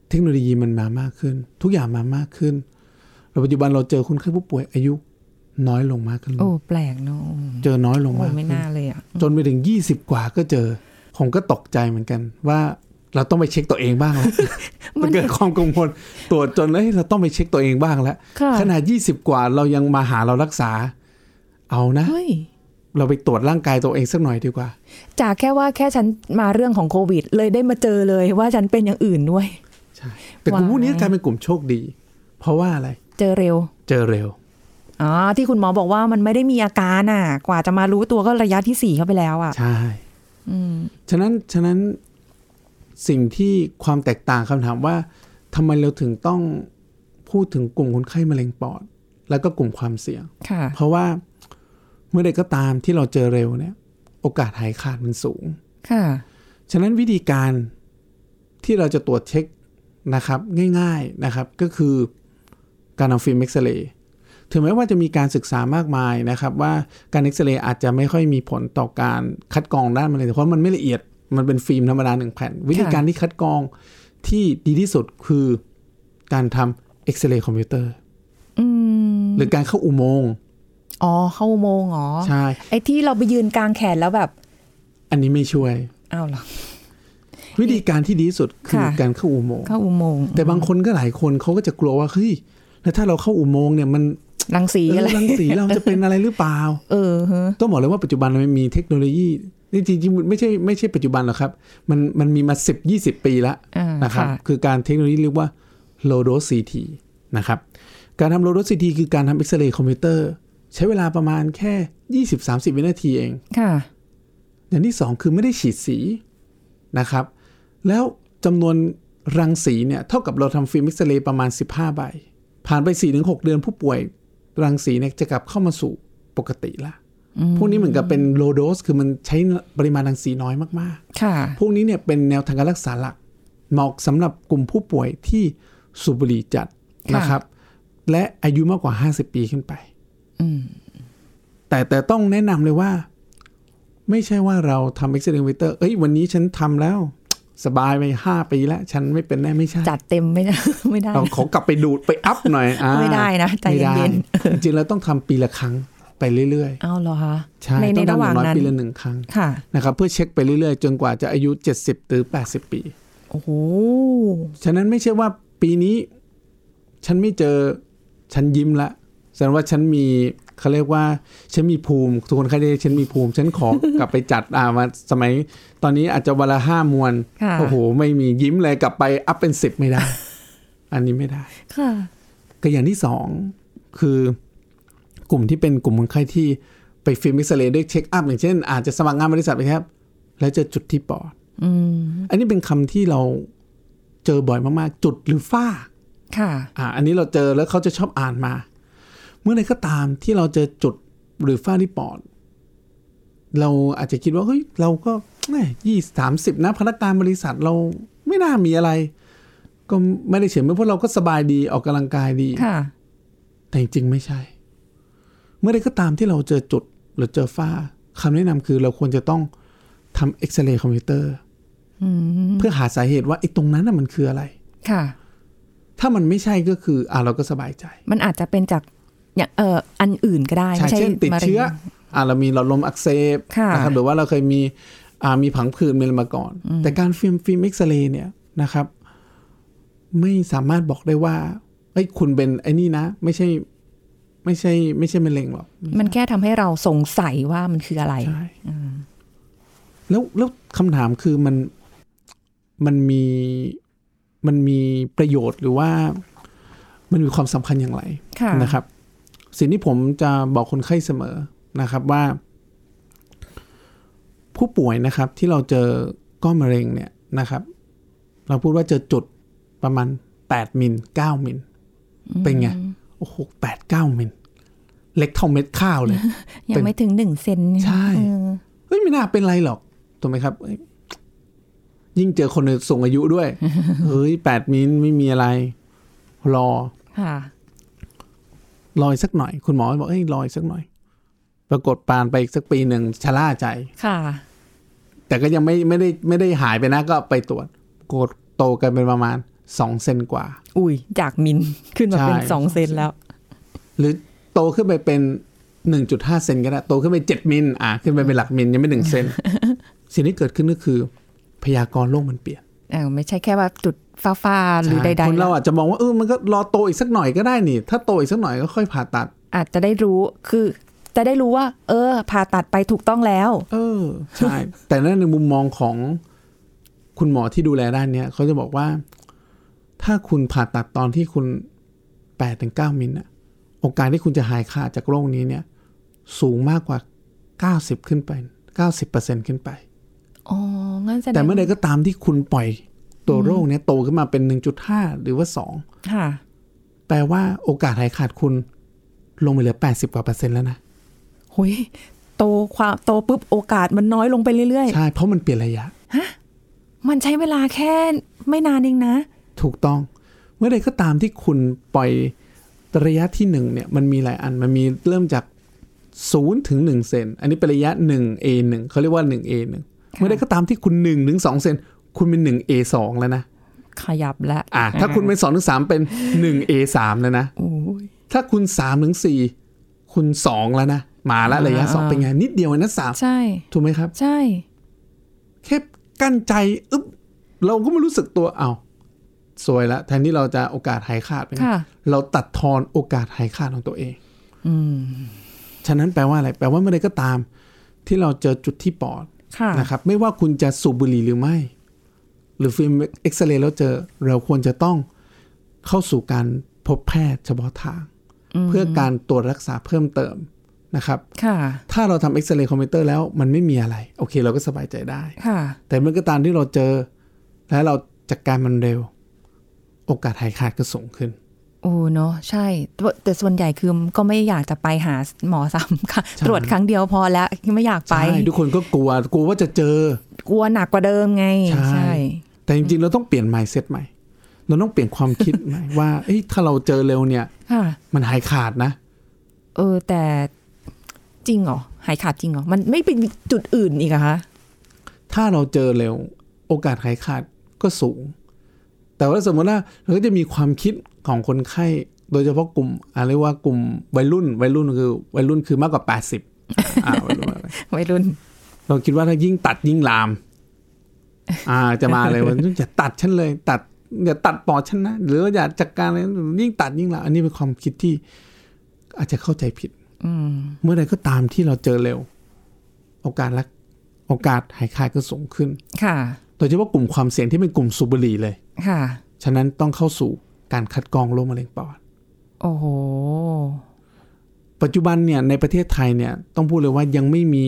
[SPEAKER 2] เทคโนโลยีมันมามากขึ้น ทุกอย่างมามากขึ้นแล้วปัจจุบันเราเจอคนไข้ผู้ป่วยอายุน้อยลงมากขึ้น
[SPEAKER 3] โอ้แปลกเนาะ
[SPEAKER 2] เจอน้อยลง
[SPEAKER 3] โอ้
[SPEAKER 2] มาก
[SPEAKER 3] ไม่
[SPEAKER 2] ขึ้น
[SPEAKER 3] น่าเลยอ่ะ
[SPEAKER 2] จนไปถึง 20 กว่าก็เจอ ผมก็ตกใจเหมือนกัน ว่าเราต้องไปเช็คตัวเองบ้างแล้ว
[SPEAKER 3] มั
[SPEAKER 2] มัน นเกิดความกังวลตรวจจนเอ้ยเราต้องไปเช็คตัวเองบ้างแล้ว
[SPEAKER 3] ค่ะ
[SPEAKER 2] ขนาด20 กว่าเรายังมาหาเรารักษา เอานะ
[SPEAKER 3] เฮ้ย
[SPEAKER 2] เราไปตรวจร่างกายตัวเองสักหน่อยดีกว่า
[SPEAKER 3] จากแค่ว่าแค่ฉันมาเรื่องของโควิด เลยได้มาเจอเลยว่าฉันเป็นอย่างอื่นด้วย
[SPEAKER 2] ใช่ แต่กลุ่ม
[SPEAKER 3] ว้าย
[SPEAKER 2] พวกนี้กลายเป็นกลุ่มโชคดี เพราะว่าอะไร
[SPEAKER 3] เจอเร็ว
[SPEAKER 2] เจอเร็ว
[SPEAKER 3] อ๋อที่คุณหมอบอกว่ามันไม่ได้มีอาการอ่ะ กว่าจะมารู้ตัวก็ระยะที่สี่เข้าไปแล้วอ่ะ
[SPEAKER 2] ใช่
[SPEAKER 3] อืม
[SPEAKER 2] ฉะนั้น ฉะนั้นสิ่งที่ความแตกต่างคำถามว่าทำไมเราถึงต้องพูดถึงกลุ่มคนไข้มะเร็งปอด แล้วก็กลุ่มความเสี่ยง
[SPEAKER 3] ค่ะ
[SPEAKER 2] เพราะว่าเมื่อใดก็ตามที่เราเจอเร็วเนี่ย โอกาสหายขาดมันสูง
[SPEAKER 3] ค่ะ
[SPEAKER 2] ฉะนั้นวิธีการที่เราจะตรวจเช็คนะครับง่ายๆนะครับก็คือการเอาฟิล์มเอ็กซเรย์ถึงแม้ว่าจะมีการศึกษามากมายนะครับว่าการเอ็กซเรย์อาจจะไม่ค่อยมีผลต่อการคัดกรองด้านมะเร็งเพราะมันไม่ละเอียดมันเป็นฟิล์มธรรมดาหนึ่งแผ่น วิธีการที่คัดกรองที่ดีที่สุดคือการทำเอ็กซเรย์คอมพิวเตอร์
[SPEAKER 3] อืม
[SPEAKER 2] หรือการเข้าอุโมงค์
[SPEAKER 3] อ๋อเข้าอุโมงค์เหรอ
[SPEAKER 2] ใช่
[SPEAKER 3] ไอ้ที่เราไปยืนกลางแขนแล้วแบบ
[SPEAKER 2] อันนี้ไม่ช่วย
[SPEAKER 3] อ้าวเหรอ
[SPEAKER 2] วิธีการที่ดีที่สุดคือ
[SPEAKER 3] ค่ะ
[SPEAKER 2] การเข้าอุโมงค์
[SPEAKER 3] เข้าอุโมงค์
[SPEAKER 2] แต่บางคนก็หลายคนเขาก็จะกลัวว่าเฮ้ยแล้วถ้าเราเข้าอุโมงค์เนี่ยมัน
[SPEAKER 3] รังสี
[SPEAKER 2] เอ
[SPEAKER 3] อะไร
[SPEAKER 2] อรังสีเราจะเป็นอะไรหรือเปล่า
[SPEAKER 3] เออฮะ
[SPEAKER 2] ต้องบอกเลยว่าปัจจุบันมันมีเทคโนโลยีนี่จริงๆไม่ใช่ไม่ใช่ปัจจุบันหรอกครับ มันมันมีมา 10 20 ปีแล้ว
[SPEAKER 3] อ่า
[SPEAKER 2] นะครับ คือการเทคโนโลยีเรียกว่า low dose CT นะครับ การทำ low dose CT คือการทำเอ็กซเรย์คอมพิวเตอร์ใช้เวลาประมาณแค่ 20-30 วินาทีเอง
[SPEAKER 3] ค่ะ
[SPEAKER 2] อย่างที่สองคือไม่ได้ฉีดสีนะครับ แล้วจำนวนรังสีเนี่ยเท่ากับเราทำฟิล์มเอ็กซเรย์ประมาณ 15 ใบ ผ่านไป 4-6 เดือนผู้ป่วยรังสีเนี่ยจะกลับเข้ามาสู่ปกติละพวกนี้เหมือนกับเป็น low dose คือมันใช้ปริมาณรังสีน้อยมาก
[SPEAKER 3] ค่ะ
[SPEAKER 2] ๆ พวกนี้เนี่ยเป็นแนวทางการรักษาหลัก เหมาะสำหรับกลุ่มผู้ป่วยที่สูบบุหรี่จัดนะครับ และอายุมากกว่า 50 ปีขึ้นไป
[SPEAKER 3] อืม
[SPEAKER 2] แต่แต่ต้องแนะนำเลยว่า ไม่ใช่ว่าเราทำ Excel Inventor เอ้ยวันนี้ฉันทำแล้ว สบายไปห้าปีแล้ว ฉันไม่เป็นแน่ไม่ใช่
[SPEAKER 3] จัดเต็มไม่ได้ ไม่ได้
[SPEAKER 2] เราขอกลับไปดูดไปอัพหน่อยอ่า
[SPEAKER 3] ไม่ได้นะใจ
[SPEAKER 2] ไม่ได้
[SPEAKER 3] เย็น
[SPEAKER 2] จริงๆเราต้องทำปีละครั้ง
[SPEAKER 3] ๆ
[SPEAKER 2] ไปเรื่อย
[SPEAKER 3] เอาเหรอคะ
[SPEAKER 2] ๆ ใช่
[SPEAKER 3] ในใน
[SPEAKER 2] ต้องทำอ
[SPEAKER 3] ระหว่าง
[SPEAKER 2] ย่างน้อย
[SPEAKER 3] นั้น
[SPEAKER 2] ปีละหนึ่งครั้ง
[SPEAKER 3] ค่ะ
[SPEAKER 2] นะครับเพื่อเช็คไปเรื่อยๆ จนกว่าจะอายุ 70หรือ80 ปี
[SPEAKER 3] โอ้โห
[SPEAKER 2] ฉะนั้นไม่ใช่ว่าปีนี้ ฉันไม่เจอฉันยิ้มละแสดงว่าฉันมีเขาเรียกว่า ฉันมีภูมิทุกคนเคยเรียกฉันมีภูมิ ฉันขอ กลับไปจัดอ่ามาสมัย ตอนนี้อาจจะวันละห้ามวน
[SPEAKER 3] ค่ะ
[SPEAKER 2] โอ้โห ไม่มียิ้มเลยกลับไปอัพเป็นสิบไม่ได้ อันนี้ไม่ได้
[SPEAKER 3] ค่ะ
[SPEAKER 2] ก็อย่างที่สองคือกลุ่มที่เป็นกลุ่มคนไข้ที่ไปฟิล์มเอ็กซเรย์ด้วยเช็คอัพอย่างเช่น อาจจะสมัครงานบริษัทไปครับ แล้วเจอจุดที่ปอด
[SPEAKER 3] อืม
[SPEAKER 2] อันนี้เป็นคำที่เราเจอบ่อยมากๆ จุดหรือฝ้า
[SPEAKER 3] ค่ะ
[SPEAKER 2] อ่า อันนี้เราเจอแล้วเขาจะชอบอ่านมา เมื่อใดก็ตามที่เราเจอจุดหรือฝ้าที่ปอด เราอาจจะคิดว่าเฮ้ยเราก็ยี่สามสิบนะพนักงานบริษัทเราไม่น่ามีอะไร ก็ไม่ได้เฉยเมื่อพวกเราก็สบายดีออกกำลังกายดี
[SPEAKER 3] ค่ะ
[SPEAKER 2] แต่จริงๆไม่ใช่ เมื่อใดก็ตามที่เราเจอจุดหรือเจอฝ้าคำแนะนำคือเราควรจะต้องทำเอ็กซเรย์คอมพิวเตอร์เพื่อหาสาเหตุว่าไอ้ตรงนั้นน่ะมันคืออะไร
[SPEAKER 3] ค่ะ
[SPEAKER 2] ถ้ามันไม่ใช่ก็คืออ่ะเราก็สบายใจ
[SPEAKER 3] มันอาจจะเป็นจากอย่างเอ่ออันอื่นก็ได้
[SPEAKER 2] ใช่
[SPEAKER 3] ไม่ใช่
[SPEAKER 2] เช่นติด
[SPEAKER 3] มะร็ง
[SPEAKER 2] เชื้ออ่ะเรามีหลอดลมอักเสบ
[SPEAKER 3] ค่ะ
[SPEAKER 2] นะครับหรือว่าเราเคยมีอ่ามีผังผืดมีอะไรมาก่อน แต่การฟิล์มฟิล์มเอ็กซเรย์เนี่ยนะครับ ไม่สามารถบอกได้ว่าไอ้ยคุณเป็นไอ้นี่นะ ไม่ใช่ ไม่ใช่ ไม่ใช่มะเร็งหรอก
[SPEAKER 3] มันแค่ทำให้เราสงสัยว่ามันคืออะไร
[SPEAKER 2] ใช่แล้วแล้วคำถามคือมันมันมีมันมีประโยชน์หรือว่ามันมีความสำคัญอย่างไร
[SPEAKER 3] ค่ะ
[SPEAKER 2] นะครับ สิ่งที่ผมจะบอกคนไข้เสมอนะครับว่า ผู้ป่วยนะครับ ที่เราเจอก้อนมะเร็งเนี่ยนะครับ เราพูดว่าเจอจุดประมาณ 8 มิล 9 มิล เป็นไง โอ้โหแปดเก้ามิล เล็กเท่าเม็ดข้าวเลย
[SPEAKER 3] ยังไม่ถึงหนึ่งเซน
[SPEAKER 2] ใช่
[SPEAKER 3] เออ
[SPEAKER 2] เฮ้ยไม่น่าเป็นไรหรอกถูกไหมครับเอ้ยยิ่งเจอคนส่งอายุด้วย เฮ้ยแปดมิลไม่มีอะไร รอ
[SPEAKER 3] ค่ะ
[SPEAKER 2] รอยสักหน่อย คุณหมอบอกเอ้ยรอยสักหน่อย ปรากฏปานไปอีกสักปีหนึ่งชะล่าใจ
[SPEAKER 3] ค่ะ
[SPEAKER 2] แต่ก็ยังไม่ไม่ได้ไม่ได้หายไปนะ ก็ไปตรวจโกดโตกันเป็นประมาณสองเซนกว่า
[SPEAKER 3] อุ้ยจากมินขึ้นมาเป็น
[SPEAKER 2] ใช่
[SPEAKER 3] สองเซนแล้ว
[SPEAKER 2] หรือโตขึ้นไปเป็นหนึ่งจุดห้าเซนก็ได้โตขึ้นไปเจ็ดมิลอ่ะขึ้นไปเป็นหลักมิลยังไม่หนึ่งเซน สิ่งที่เกิดขึ้นก็คือ พยากรณ์โลกมันเปลี่ยน
[SPEAKER 3] เออไม่ใช่แค่ว่าจุดฟ้าๆหรือใด
[SPEAKER 2] ใช่คน
[SPEAKER 3] ๆ
[SPEAKER 2] เราอาจจะมองว่าเออมันก็รอโตอีกสักหน่อยก็ได้นี่ ถ้าโตอีกสักหน่อยก็ค่อยผ่าตัด
[SPEAKER 3] อาจจะได้รู้คือจะได้รู้ว่า เออผ่าตัดไปถูกต้องแล้ว
[SPEAKER 2] เออ ใช่ แต่นั่นในมุมมองของคุณหมอที่ดูแลด้านเนี้ยเขาจะบอกว่า ถ้าคุณผ่าตัดตอนที่คุณแปดถึงเก้ามิลน่ะ โอกาสที่คุณจะหายขาดจากโรคนี้เนี่ย สูงมากกว่าเก้าสิบขึ้นไปเก้าสิบเปอร์เซ็นขึ้นไป
[SPEAKER 3] อ๋องั้นแสดง
[SPEAKER 2] แต่เมื่อใดก็ตามที่คุณปล่อยตัวโรคเนี้ยโตขึ้นมาเป็นหนึ่งจุดห้าหรือว่าสอง
[SPEAKER 3] ค่ะ
[SPEAKER 2] แปลว่าโอกาสหายขาดคุณ ลงไปเหลือแปดสิบกว่าเปอร์เซ็นต์แล้วนะ
[SPEAKER 3] หุยโตความโตปุ๊บโอกาสมันน้อยลงไปเรื่อย
[SPEAKER 2] ใช่ เพราะมันเปลี่ยนระยะ
[SPEAKER 3] ๆ มันใช้เวลาแค่ไม่นานเองนะ
[SPEAKER 2] ถูกต้อง เมื่อใดก็ตามที่คุณปล่อยระยะที่หนึ่งเนี่ย มันมีหลายอัน มันมีเริ่มจากศูนย์ถึงหนึ่งเซน อันนี้เป็นระยะหนึ่ง A หนึ่งเขาเรียกว่าหนึ่ง A หนึ่งเมื่อใดก็ตามที่คุณหนึ่งถึงสองเซน คุณเป็นหนึ่ง A สองแล้วนะ
[SPEAKER 3] ขยับละ
[SPEAKER 2] อ่ะ ถ้าคุณเป็นสองถึงสามเป็นหนึ่ง A สามแล้วนะ
[SPEAKER 3] โอ้ย
[SPEAKER 2] ถ้าคุณสามถึงสี่คุณสองแล้วนะ มาละระยะสองเป็นไง นิดเดียวเองนะสาม
[SPEAKER 3] ใช่
[SPEAKER 2] ถูกไหมครับ
[SPEAKER 3] ใช่
[SPEAKER 2] แค่กั้นใจอึ๊บเราก็ไม่รู้สึกตัวเอา้าวสวยละแทนที่เราจะโอกาสหายขาดไปนะ
[SPEAKER 3] ค่ะ
[SPEAKER 2] เราตัดทอนโอกาสหายขาดของตัวเอง
[SPEAKER 3] อืม
[SPEAKER 2] ฉะนั้นแปลว่าอะไร แปลว่าเมื่อใดก็ตาม ที่เราเจอจุดที่ปอด
[SPEAKER 3] ค่ะ
[SPEAKER 2] นะครับ ไม่ว่าคุณจะสูบบุหรี่หรือไม่ หรือฟิล์มเอ็กซเรย์แล้วเจอ เราควรจะต้องเข้าสู่การพบแพทย์เฉพาะทาง เพื่อการตรวจรักษาเพิ่มเติมนะครับ
[SPEAKER 3] ค่ะ
[SPEAKER 2] ถ้าเราทำเอ็กซเรย์คอมพิวเตอร์แล้วมันไม่มีอะไร โอเค เราก็สบายใจได้
[SPEAKER 3] ค่ะ
[SPEAKER 2] แต่เมื่อก็ตามที่เราเจอ และเราจัดการมันเร็ว โอกาสหายขาดก็สูงขึ้น
[SPEAKER 3] โอ้เนาะใช่แต่ว่าแต่ส่วนใหญ่คือก็ไม่อยากจะไปหาหมอซ้ำค่ะ
[SPEAKER 2] ใช่
[SPEAKER 3] ตรวจครั้งเดียวพอแล้วไม่อยากไป
[SPEAKER 2] ใช่ทุกคนก็กลัวกลัวว่าจะเจอ
[SPEAKER 3] กลัวหนักกว่าเดิมไง
[SPEAKER 2] ใช่ แต่จริงๆ เราต้องเปลี่ยน mindset ใหม่ เราต้องเปลี่ยนความคิดใหม่ ว่าเอ้ยถ้าเราเจอเร็วเนี่ย
[SPEAKER 3] ค่ะ
[SPEAKER 2] มันหายขาดนะ
[SPEAKER 3] เออ แต่จริงเหรอหายขาดจริงเหรอ มันไม่เป็นจุดอื่นอีกเหรอะคะ
[SPEAKER 2] ถ้าเราเจอเร็ว โอกาสหายขาดก็สูง แต่ว่าสมมติว่าเราก็จะมีความคิดของคนไข้ โดยเฉพาะกลุ่มอะเรียกว่ากลุ่มวัยรุ่น วัยรุ่นคือ วัยรุ่นคือมากกว่า 80อ่าวัยรุ่นมากกว่า
[SPEAKER 3] วัยรุ่น
[SPEAKER 2] เราคิดว่าถ้ายิ่งตัดยิ่ง ลาม อ่าจะมาเลยว่าอย่าตัดฉันเลย ตัดอย่าตัดปอดฉันนะหรือว่าอย่าจัดการเลยยิ่งตัดยิ่งลามอันนี้เป็นความคิดที่ อาจจะเข้าใจผิด
[SPEAKER 3] อืม
[SPEAKER 2] เมื่อใดก็ตามที่เราเจอเร็ว โอกาสรักโอกาสหายขาดก็สูงขึ้น
[SPEAKER 3] ค่ะ
[SPEAKER 2] โดยเฉพาะกลุ่มความเสี่ยงที่เป็นกลุ่มสูบบุหรี่เลย
[SPEAKER 3] ค่ะ
[SPEAKER 2] ฉะนั้นต้องเข้าสู่การคัดกรองโรคมะเร็งปอด
[SPEAKER 3] โอ้โห
[SPEAKER 2] ปัจจุบันเนี่ยในประเทศไทยเนี่ยต้องพูดเลยว่ายังไม่มี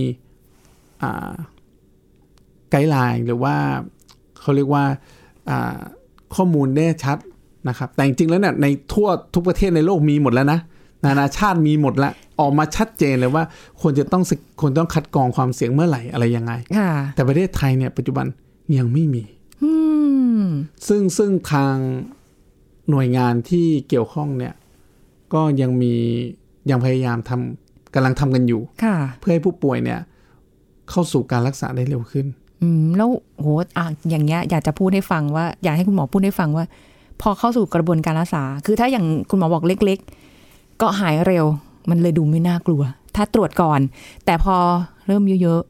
[SPEAKER 2] อ่าไกด์ไลน์หรือว่าเขาเรียกว่าอ่าข้อมูลแน่ชัดนะครับ แต่จริงๆแล้วเนี่ยในทั่วทุกประเทศในโลกมีหมดแล้วนะ นานาชาติมีหมดแล้ว ออกมาชัดเจนเลยว่าควรจะต้องศึกควรต้องคัดกรองความเสี่ยงเมื่อไหร่อะไรยังไง
[SPEAKER 3] ค่ะ
[SPEAKER 2] แต่ประเทศไทยเนี่ยปัจจุบันยังไม่มี
[SPEAKER 3] อืม
[SPEAKER 2] ซึ่งซึ่งทางหน่วยงานที่เกี่ยวข้องเนี่ยก็ยังมียังพยายามทำกำลังทำกันอยู่
[SPEAKER 3] ค่ะ
[SPEAKER 2] เพื่อให้ผู้ป่วยเนี่ยเข้าสู่การรักษาได้เร็วขึ้น
[SPEAKER 3] อืม แล้วโหอ่ะอย่างเงี้ย อยากจะพูดให้ฟังว่า อยากให้คุณหมอพูดให้ฟังว่า พอเข้าสู่กระบวนการรักษา คือถ้าอย่างคุณหมอบอกเล็ก ๆ ก็หายเร็ว มันเลยดูไม่น่ากลัว ถ้าตรวจก่อน แต่พอเริ่มเยอะ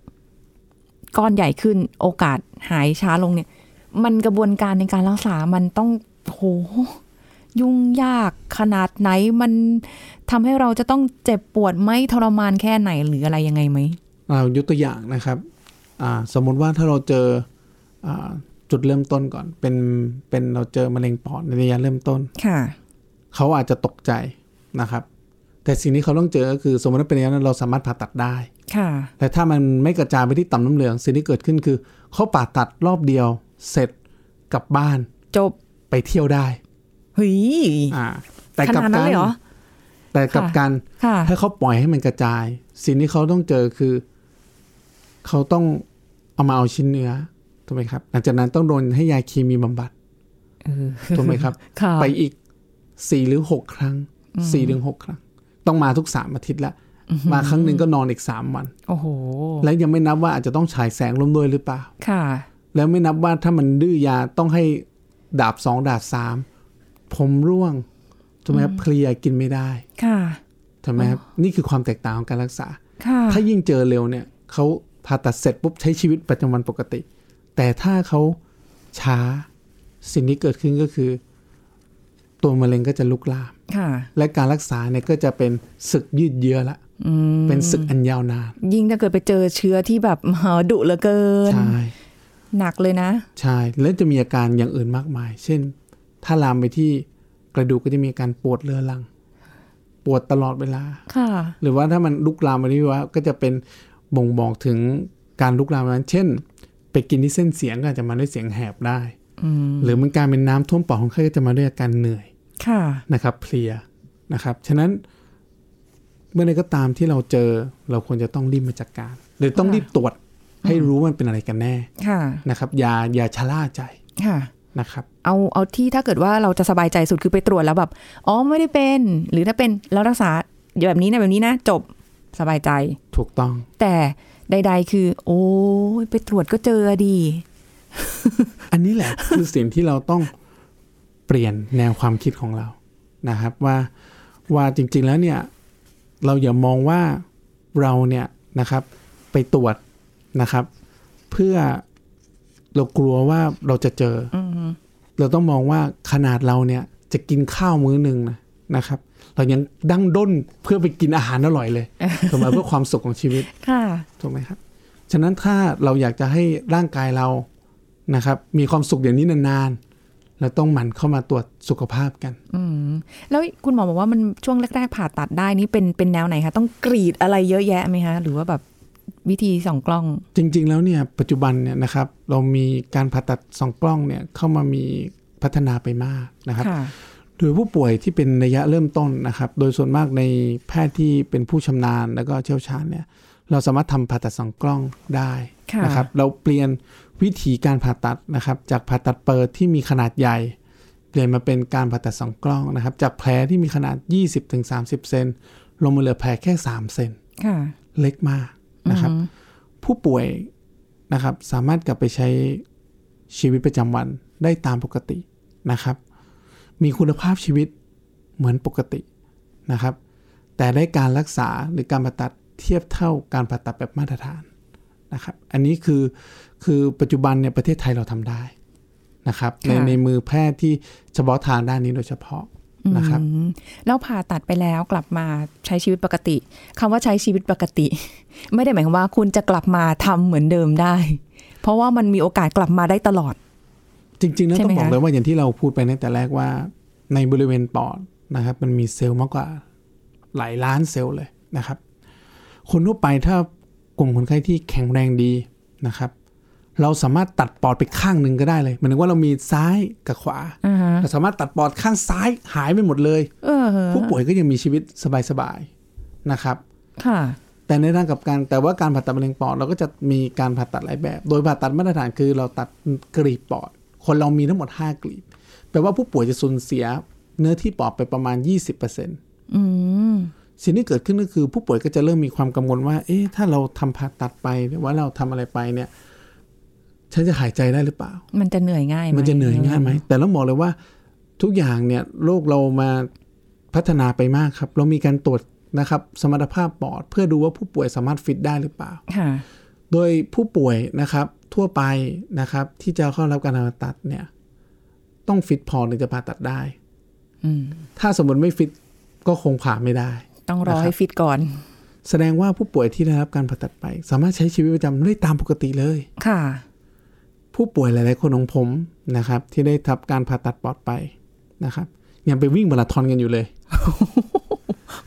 [SPEAKER 3] ๆ ก้อนใหญ่ขึ้น โอกาสหายช้าลงเนี่ย มันกระบวนการในการรักษา มันต้องโห ยุ่งยากขนาดไหน มันทำให้เราจะต้องเจ็บปวดไหมทรมานแค่ไหนหรืออะไรยังไงไหม
[SPEAKER 2] เรายกตัวอย่างนะครับอ่าสมมติว่าถ้าเราเจออาจุดเริ่มต้นก่อน เป็นเป็นเราเจอมะเร็งปอดในระยะเริ่มต้น
[SPEAKER 3] ค่ะ
[SPEAKER 2] เขาอาจจะตกใจนะครับ แต่สิ่งที่เขาต้องเจอก็คือสมมติว่าเป็นอย่างนั้นเราสามารถผ่าตัดได้
[SPEAKER 3] ค่ะ
[SPEAKER 2] แต่ถ้ามันไม่กระจายไปที่ต่อมน้ำเหลือง สิ่งที่เกิดขึ้นคือเขาผ่าตัดรอบเดียวเสร็จกลับบ้าน
[SPEAKER 3] จบ
[SPEAKER 2] ไปเที่ยวได้
[SPEAKER 3] เฮ้ย
[SPEAKER 2] อ่าแต่กลั
[SPEAKER 3] ขนาดนั้
[SPEAKER 2] กั
[SPEAKER 3] นเลยเหรอ
[SPEAKER 2] แต่กลับกัน
[SPEAKER 3] ค่ะ
[SPEAKER 2] ถ้าเขาปล่อยให้มันกระจาย สิ่งที่เขาต้องเจอคือ เขาต้องเอามาเอาชิ้นเนื้อถูกไหมครับหลังจากนั้นต้องโดนให้ยาเคมีบำบัด
[SPEAKER 3] เออ
[SPEAKER 2] ถูกไหม ครับ
[SPEAKER 3] ค่ะ
[SPEAKER 2] ไปอีกสี่หรือหกครั้งสี่ถึงหกครั้ง ต้องมาทุกสามอาทิตย์ละมาครั้งหนึ่งก็นอนอีกสามวัน
[SPEAKER 3] โอ้โห
[SPEAKER 2] และยังไม่นับว่าอาจจะต้องฉายแสงร่วมด้วยหรือเปล่า
[SPEAKER 3] ค่ะ
[SPEAKER 2] แล้วไม่นับว่าถ้ามันดื้อยาต้องให้ดาบสองดาบสามผมร่วงถูกไหมครับเพลียกินไม่ได้
[SPEAKER 3] ค่ะ
[SPEAKER 2] ถูกไหมครับนี่คือความแตกต่างของการรักษา
[SPEAKER 3] ค่ะ
[SPEAKER 2] ถ้ายิ่งเจอเร็วเนี่ยเขาผ่าตัดเสร็จปุ๊บใช้ชีวิตประจำวันปกติ แต่ถ้าเขาช้าสิ่งที่เกิดขึ้นก็คือ ตัวมะเร็งก็จะลุกลาม
[SPEAKER 3] ค่ะ
[SPEAKER 2] และการรักษาเนี่ยก็จะเป็นศึกยืดเยื้อละ
[SPEAKER 3] อืม
[SPEAKER 2] เป็นศึกอันยาวนาน
[SPEAKER 3] ยิ่งถ้าเกิดไปเจอเชื้อที่แบบมหาดุเหลือเกิน
[SPEAKER 2] ใช่
[SPEAKER 3] หนักเลยนะ
[SPEAKER 2] ใช่ แล้วจะมีอาการอย่างอื่นมากมาย เช่น ถ้าลามไปที่กระดูกก็จะมีอาการปวดเรื้อรัง ปวดตลอดเวลา
[SPEAKER 3] ค่ะ
[SPEAKER 2] หรือว่าถ้ามันลุกลามไปที่ว่าก็จะเป็นบ่งบอกถึงการลุกลามนั้น เช่น ไปกินที่เส้นเสียงก็อาจจะมาด้วยเสียงแหบได้
[SPEAKER 3] อืม
[SPEAKER 2] หรือมันกลายเป็นน้ำท่วมปอดของไข้ก็จะมาด้วยอาการเหนื่อย
[SPEAKER 3] ค่ะ
[SPEAKER 2] นะครับเพลียนะครับ ฉะนั้นเมื่อใดก็ตามที่เราเจอเราควรจะต้องรีบมาจัดการ หรือต้องรีบตรวจให้รู้ว่ามันเป็นอะไรกันแน่
[SPEAKER 3] ค่ะ
[SPEAKER 2] นะครับ อย่าอย่าชะล่าใจ
[SPEAKER 3] ค่ะ
[SPEAKER 2] นะครับ
[SPEAKER 3] เอา เอาที่ถ้าเกิดว่าเราจะสบายใจสุดคือไปตรวจแล้วแบบ อ๋อ ไม่ได้เป็น หรือถ้าเป็นแล้วรักษาแบบนี้นะแบบนี้นะ จบ สบายใจ
[SPEAKER 2] ถูกต้อง
[SPEAKER 3] แต่ใด ๆ คือ โอ้ยไปตรวจก็เจอดี
[SPEAKER 2] อันนี้แหละ คือสิ่งที่เราต้องเปลี่ยนแนวความคิดของเรานะครับ ว่าว่าจริง ๆแล้วเนี่ย เราอย่ามองว่าเราเนี่ยนะครับ ไปตรวจนะครับ เพื่อเรากลัวว่าเราจะเจออเราต้องมองว่าขนาดเราเนี่ยจะกินข้าวมื้อหนึ่งนะนะครับ เรายังดั้งด้นเพื่อไปกินอาหารอร่อย เลยทำไมเพื่อความสุขของชีวิต
[SPEAKER 3] ค่ะ
[SPEAKER 2] ถูกไหมครับ ฉะนั้นถ้าเราอยากจะให้ร่างกายเรานะครับ มีความสุขอย่างนี้นานๆ เราต้องหมั่นเข้ามาตรวจสุขภาพกัน
[SPEAKER 3] อืมแล้วคุณหมอบอกว่ามันช่วงแรกๆผ่าตัดได้นี่เป็นเป็นแนวไหนคะ ต้องกรีดอะไรเยอะแยะไหมคะ หรือว่าแบบวิธีส่องกล้อง
[SPEAKER 2] จริงๆ แล้วเนี่ยปัจจุบันเนี่ยนะครับ เรามีการผ่าตัดสองกล้องเนี่ยเข้ามามีพัฒนาไปมากนะครับ
[SPEAKER 3] ค่ะ
[SPEAKER 2] โดยผู้ป่วยที่เป็นระยะเริ่มต้นนะครับ โดยส่วนมากในแพทย์ที่เป็นผู้ชำนาญแล้วก็เชี่ยวชาญเนี่ย เราสามารถทำผ่าตัดสองกล้องได้นะครับ เราเปลี่ยนวิธีการผ่าตัดนะครับ จากผ่าตัดเปิดที่มีขนาดใหญ่ เปลี่ยนมาเป็นการผ่าตัดสองกล้องนะครับ จากแผลที่มีขนาด 20-30 เซนลงมาเหลือแผลแค่ 3 เซน
[SPEAKER 3] ค่ะ
[SPEAKER 2] เล็กมากนะครับ ผู้ป่วยนะครับสามารถกลับไปใช้ชีวิตประจำวันได้ตามปกตินะครับ มีคุณภาพชีวิต เหมือนปกตินะครับ แต่ได้การรักษาหรือการผ่าตัดเทียบเท่าการผ่าตัดแบบมาตรฐานนะครับอันนี้คือคือปัจจุบันเนี่ยประเทศไทยเราทำได้นะครับใน
[SPEAKER 3] ค่ะ
[SPEAKER 2] ในมือแพทย์ที่เฉพาะทางด้านนี้โดยเฉพาะนะครับ
[SPEAKER 3] อืมแล้วผ่าตัดไปแล้วกลับมาใช้ชีวิตปกติคำว่าใช้ชีวิตปกติ ไม่ได้หมายความว่าคุณจะกลับมาทำเหมือนเดิมได้ เพราะว่ามันมีโอกาสกลับมาได้ตลอด
[SPEAKER 2] จริงๆนะ
[SPEAKER 3] ใช่
[SPEAKER 2] ต้อง
[SPEAKER 3] ไหม
[SPEAKER 2] บอก
[SPEAKER 3] คะ
[SPEAKER 2] เลยว่าอย่างที่เราพูดไปในแต่แรกว่า ในบริเวณปอดนะครับ มันมีเซลล์มากกว่าหลายล้านเซลล์เลยนะครับ คนทั่วไปถ้ากลุ่มคนไข้ที่แข็งแรงดีนะครับ เราสามารถตัดปอดไปข้างหนึ่งก็ได้เลยหมายถึงว่าเรามีซ้ายกับขวา
[SPEAKER 3] อ่าฮะ
[SPEAKER 2] เราสามารถตัดปอดข้างซ้ายหายไปหมดเลย
[SPEAKER 3] เออ
[SPEAKER 2] ผู้ป่วยก็ยังมีชีวิตสบายๆนะครับ
[SPEAKER 3] ค่ะ
[SPEAKER 2] แต่ในทางกลับการแต่ว่าการผ่าตัดมะเร็งปอดเราก็จะมีการผ่าตัดหลายแบบ โดยผ่าตัดมาตรฐานคือเราตัดกรีบปอด คนเรามีทั้งหมด 5 กรีบแปลว่าผู้ป่วยจะสูญเสียเนื้อที่ปอดไปประมาณ 20%
[SPEAKER 3] อืม
[SPEAKER 2] สิ่งที่เกิดขึ้นก็คือผู้ป่วยก็จะเริ่มมีความกังวลว่า เอ๊ะถ้าเราทำผ่าตัดไปหรือว่าเราทำอะไรไปเนี่ย ฉันจะหายใจได้หรือเปล่า
[SPEAKER 3] มันจะเหนื่อยง่ายไหม
[SPEAKER 2] มันจะเหนื่อยง่ายไหม แต่ต้องบอกเลยว่าทุกอย่างเนี่ยโลกเรามาพัฒนาไปมากครับ เรามีการตรวจนะครับ สมรรถภาพปอด เพื่อดูว่าผู้ป่วยสามารถฟิตได้หรือเปล่า
[SPEAKER 3] ค่ะ
[SPEAKER 2] โดยผู้ป่วยนะครับทั่วไปนะครับที่จะเข้ารับการผ่าตัดเนี่ยต้องฟิตพอถึงจะผ่าตัดได้
[SPEAKER 3] อืม
[SPEAKER 2] ถ้าสมมติไม่ฟิตก็คงผ่าไม่ได้
[SPEAKER 3] ต้องรอ
[SPEAKER 2] นะครับ
[SPEAKER 3] ให้ฟิตก่อน
[SPEAKER 2] แสดงว่าผู้ป่วยที่ได้รับการผ่าตัดไป สามารถใช้ชีวิตประจำได้ตามปกติเลย
[SPEAKER 3] ค่ะ
[SPEAKER 2] ผู้ป่วยหลาย ๆ คนของผมนะครับ ที่ได้ทับการผ่าตัดปอดไปนะครับยังไปวิ่งมาราธอนกันอยู่เลย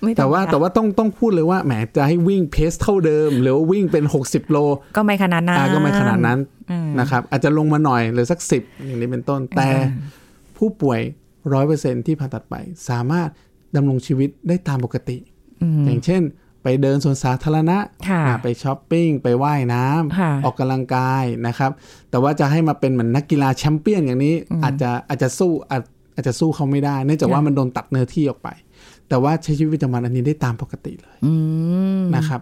[SPEAKER 3] ไม่ธรรมด
[SPEAKER 2] แต่ว่าแต่ว่าต้องต้องพูดเลยว่าแหมจะให้วิ่งเพสเท่าเดิม หรือว่าวิ่งเป็น 60 โล
[SPEAKER 3] ก็ไม่ขนาดนั้น
[SPEAKER 2] อ่าก็ไม่ขนาดนั้น
[SPEAKER 3] อืม
[SPEAKER 2] นะครับอาจจะลงมาหน่อยหรือสักสิบอย่างนี้เป็นต้น แต่
[SPEAKER 3] อ่า
[SPEAKER 2] ผู้ป่วยร้อยเปอร์เซ็นที่ผ่าตัดไป สามารถดำรงชีวิตได้ตามปกติ
[SPEAKER 3] อืม
[SPEAKER 2] อย่างเช่น ไปเดินสวนสาธารณะ
[SPEAKER 3] ค่ะ
[SPEAKER 2] อ่าไปช้อปปิ้ง ไปว่ายน้
[SPEAKER 3] ค่ะ
[SPEAKER 2] ำออกกำลังกายนะครับ แต่ว่าจะให้มาเป็นเหมือนนักกีฬาแชมเปี้ยนอย่างนี้ อาจจะอาจจะสู้อาจอาจจะสู้เขาไม่ได้ เนื่องจากว่ามันโดนตัดเนื้อที่ออกไป แต่ว่าใช้ชีวิตประจำวันอันนี้ได้ตามปกติเลย
[SPEAKER 3] อืม
[SPEAKER 2] นะครับ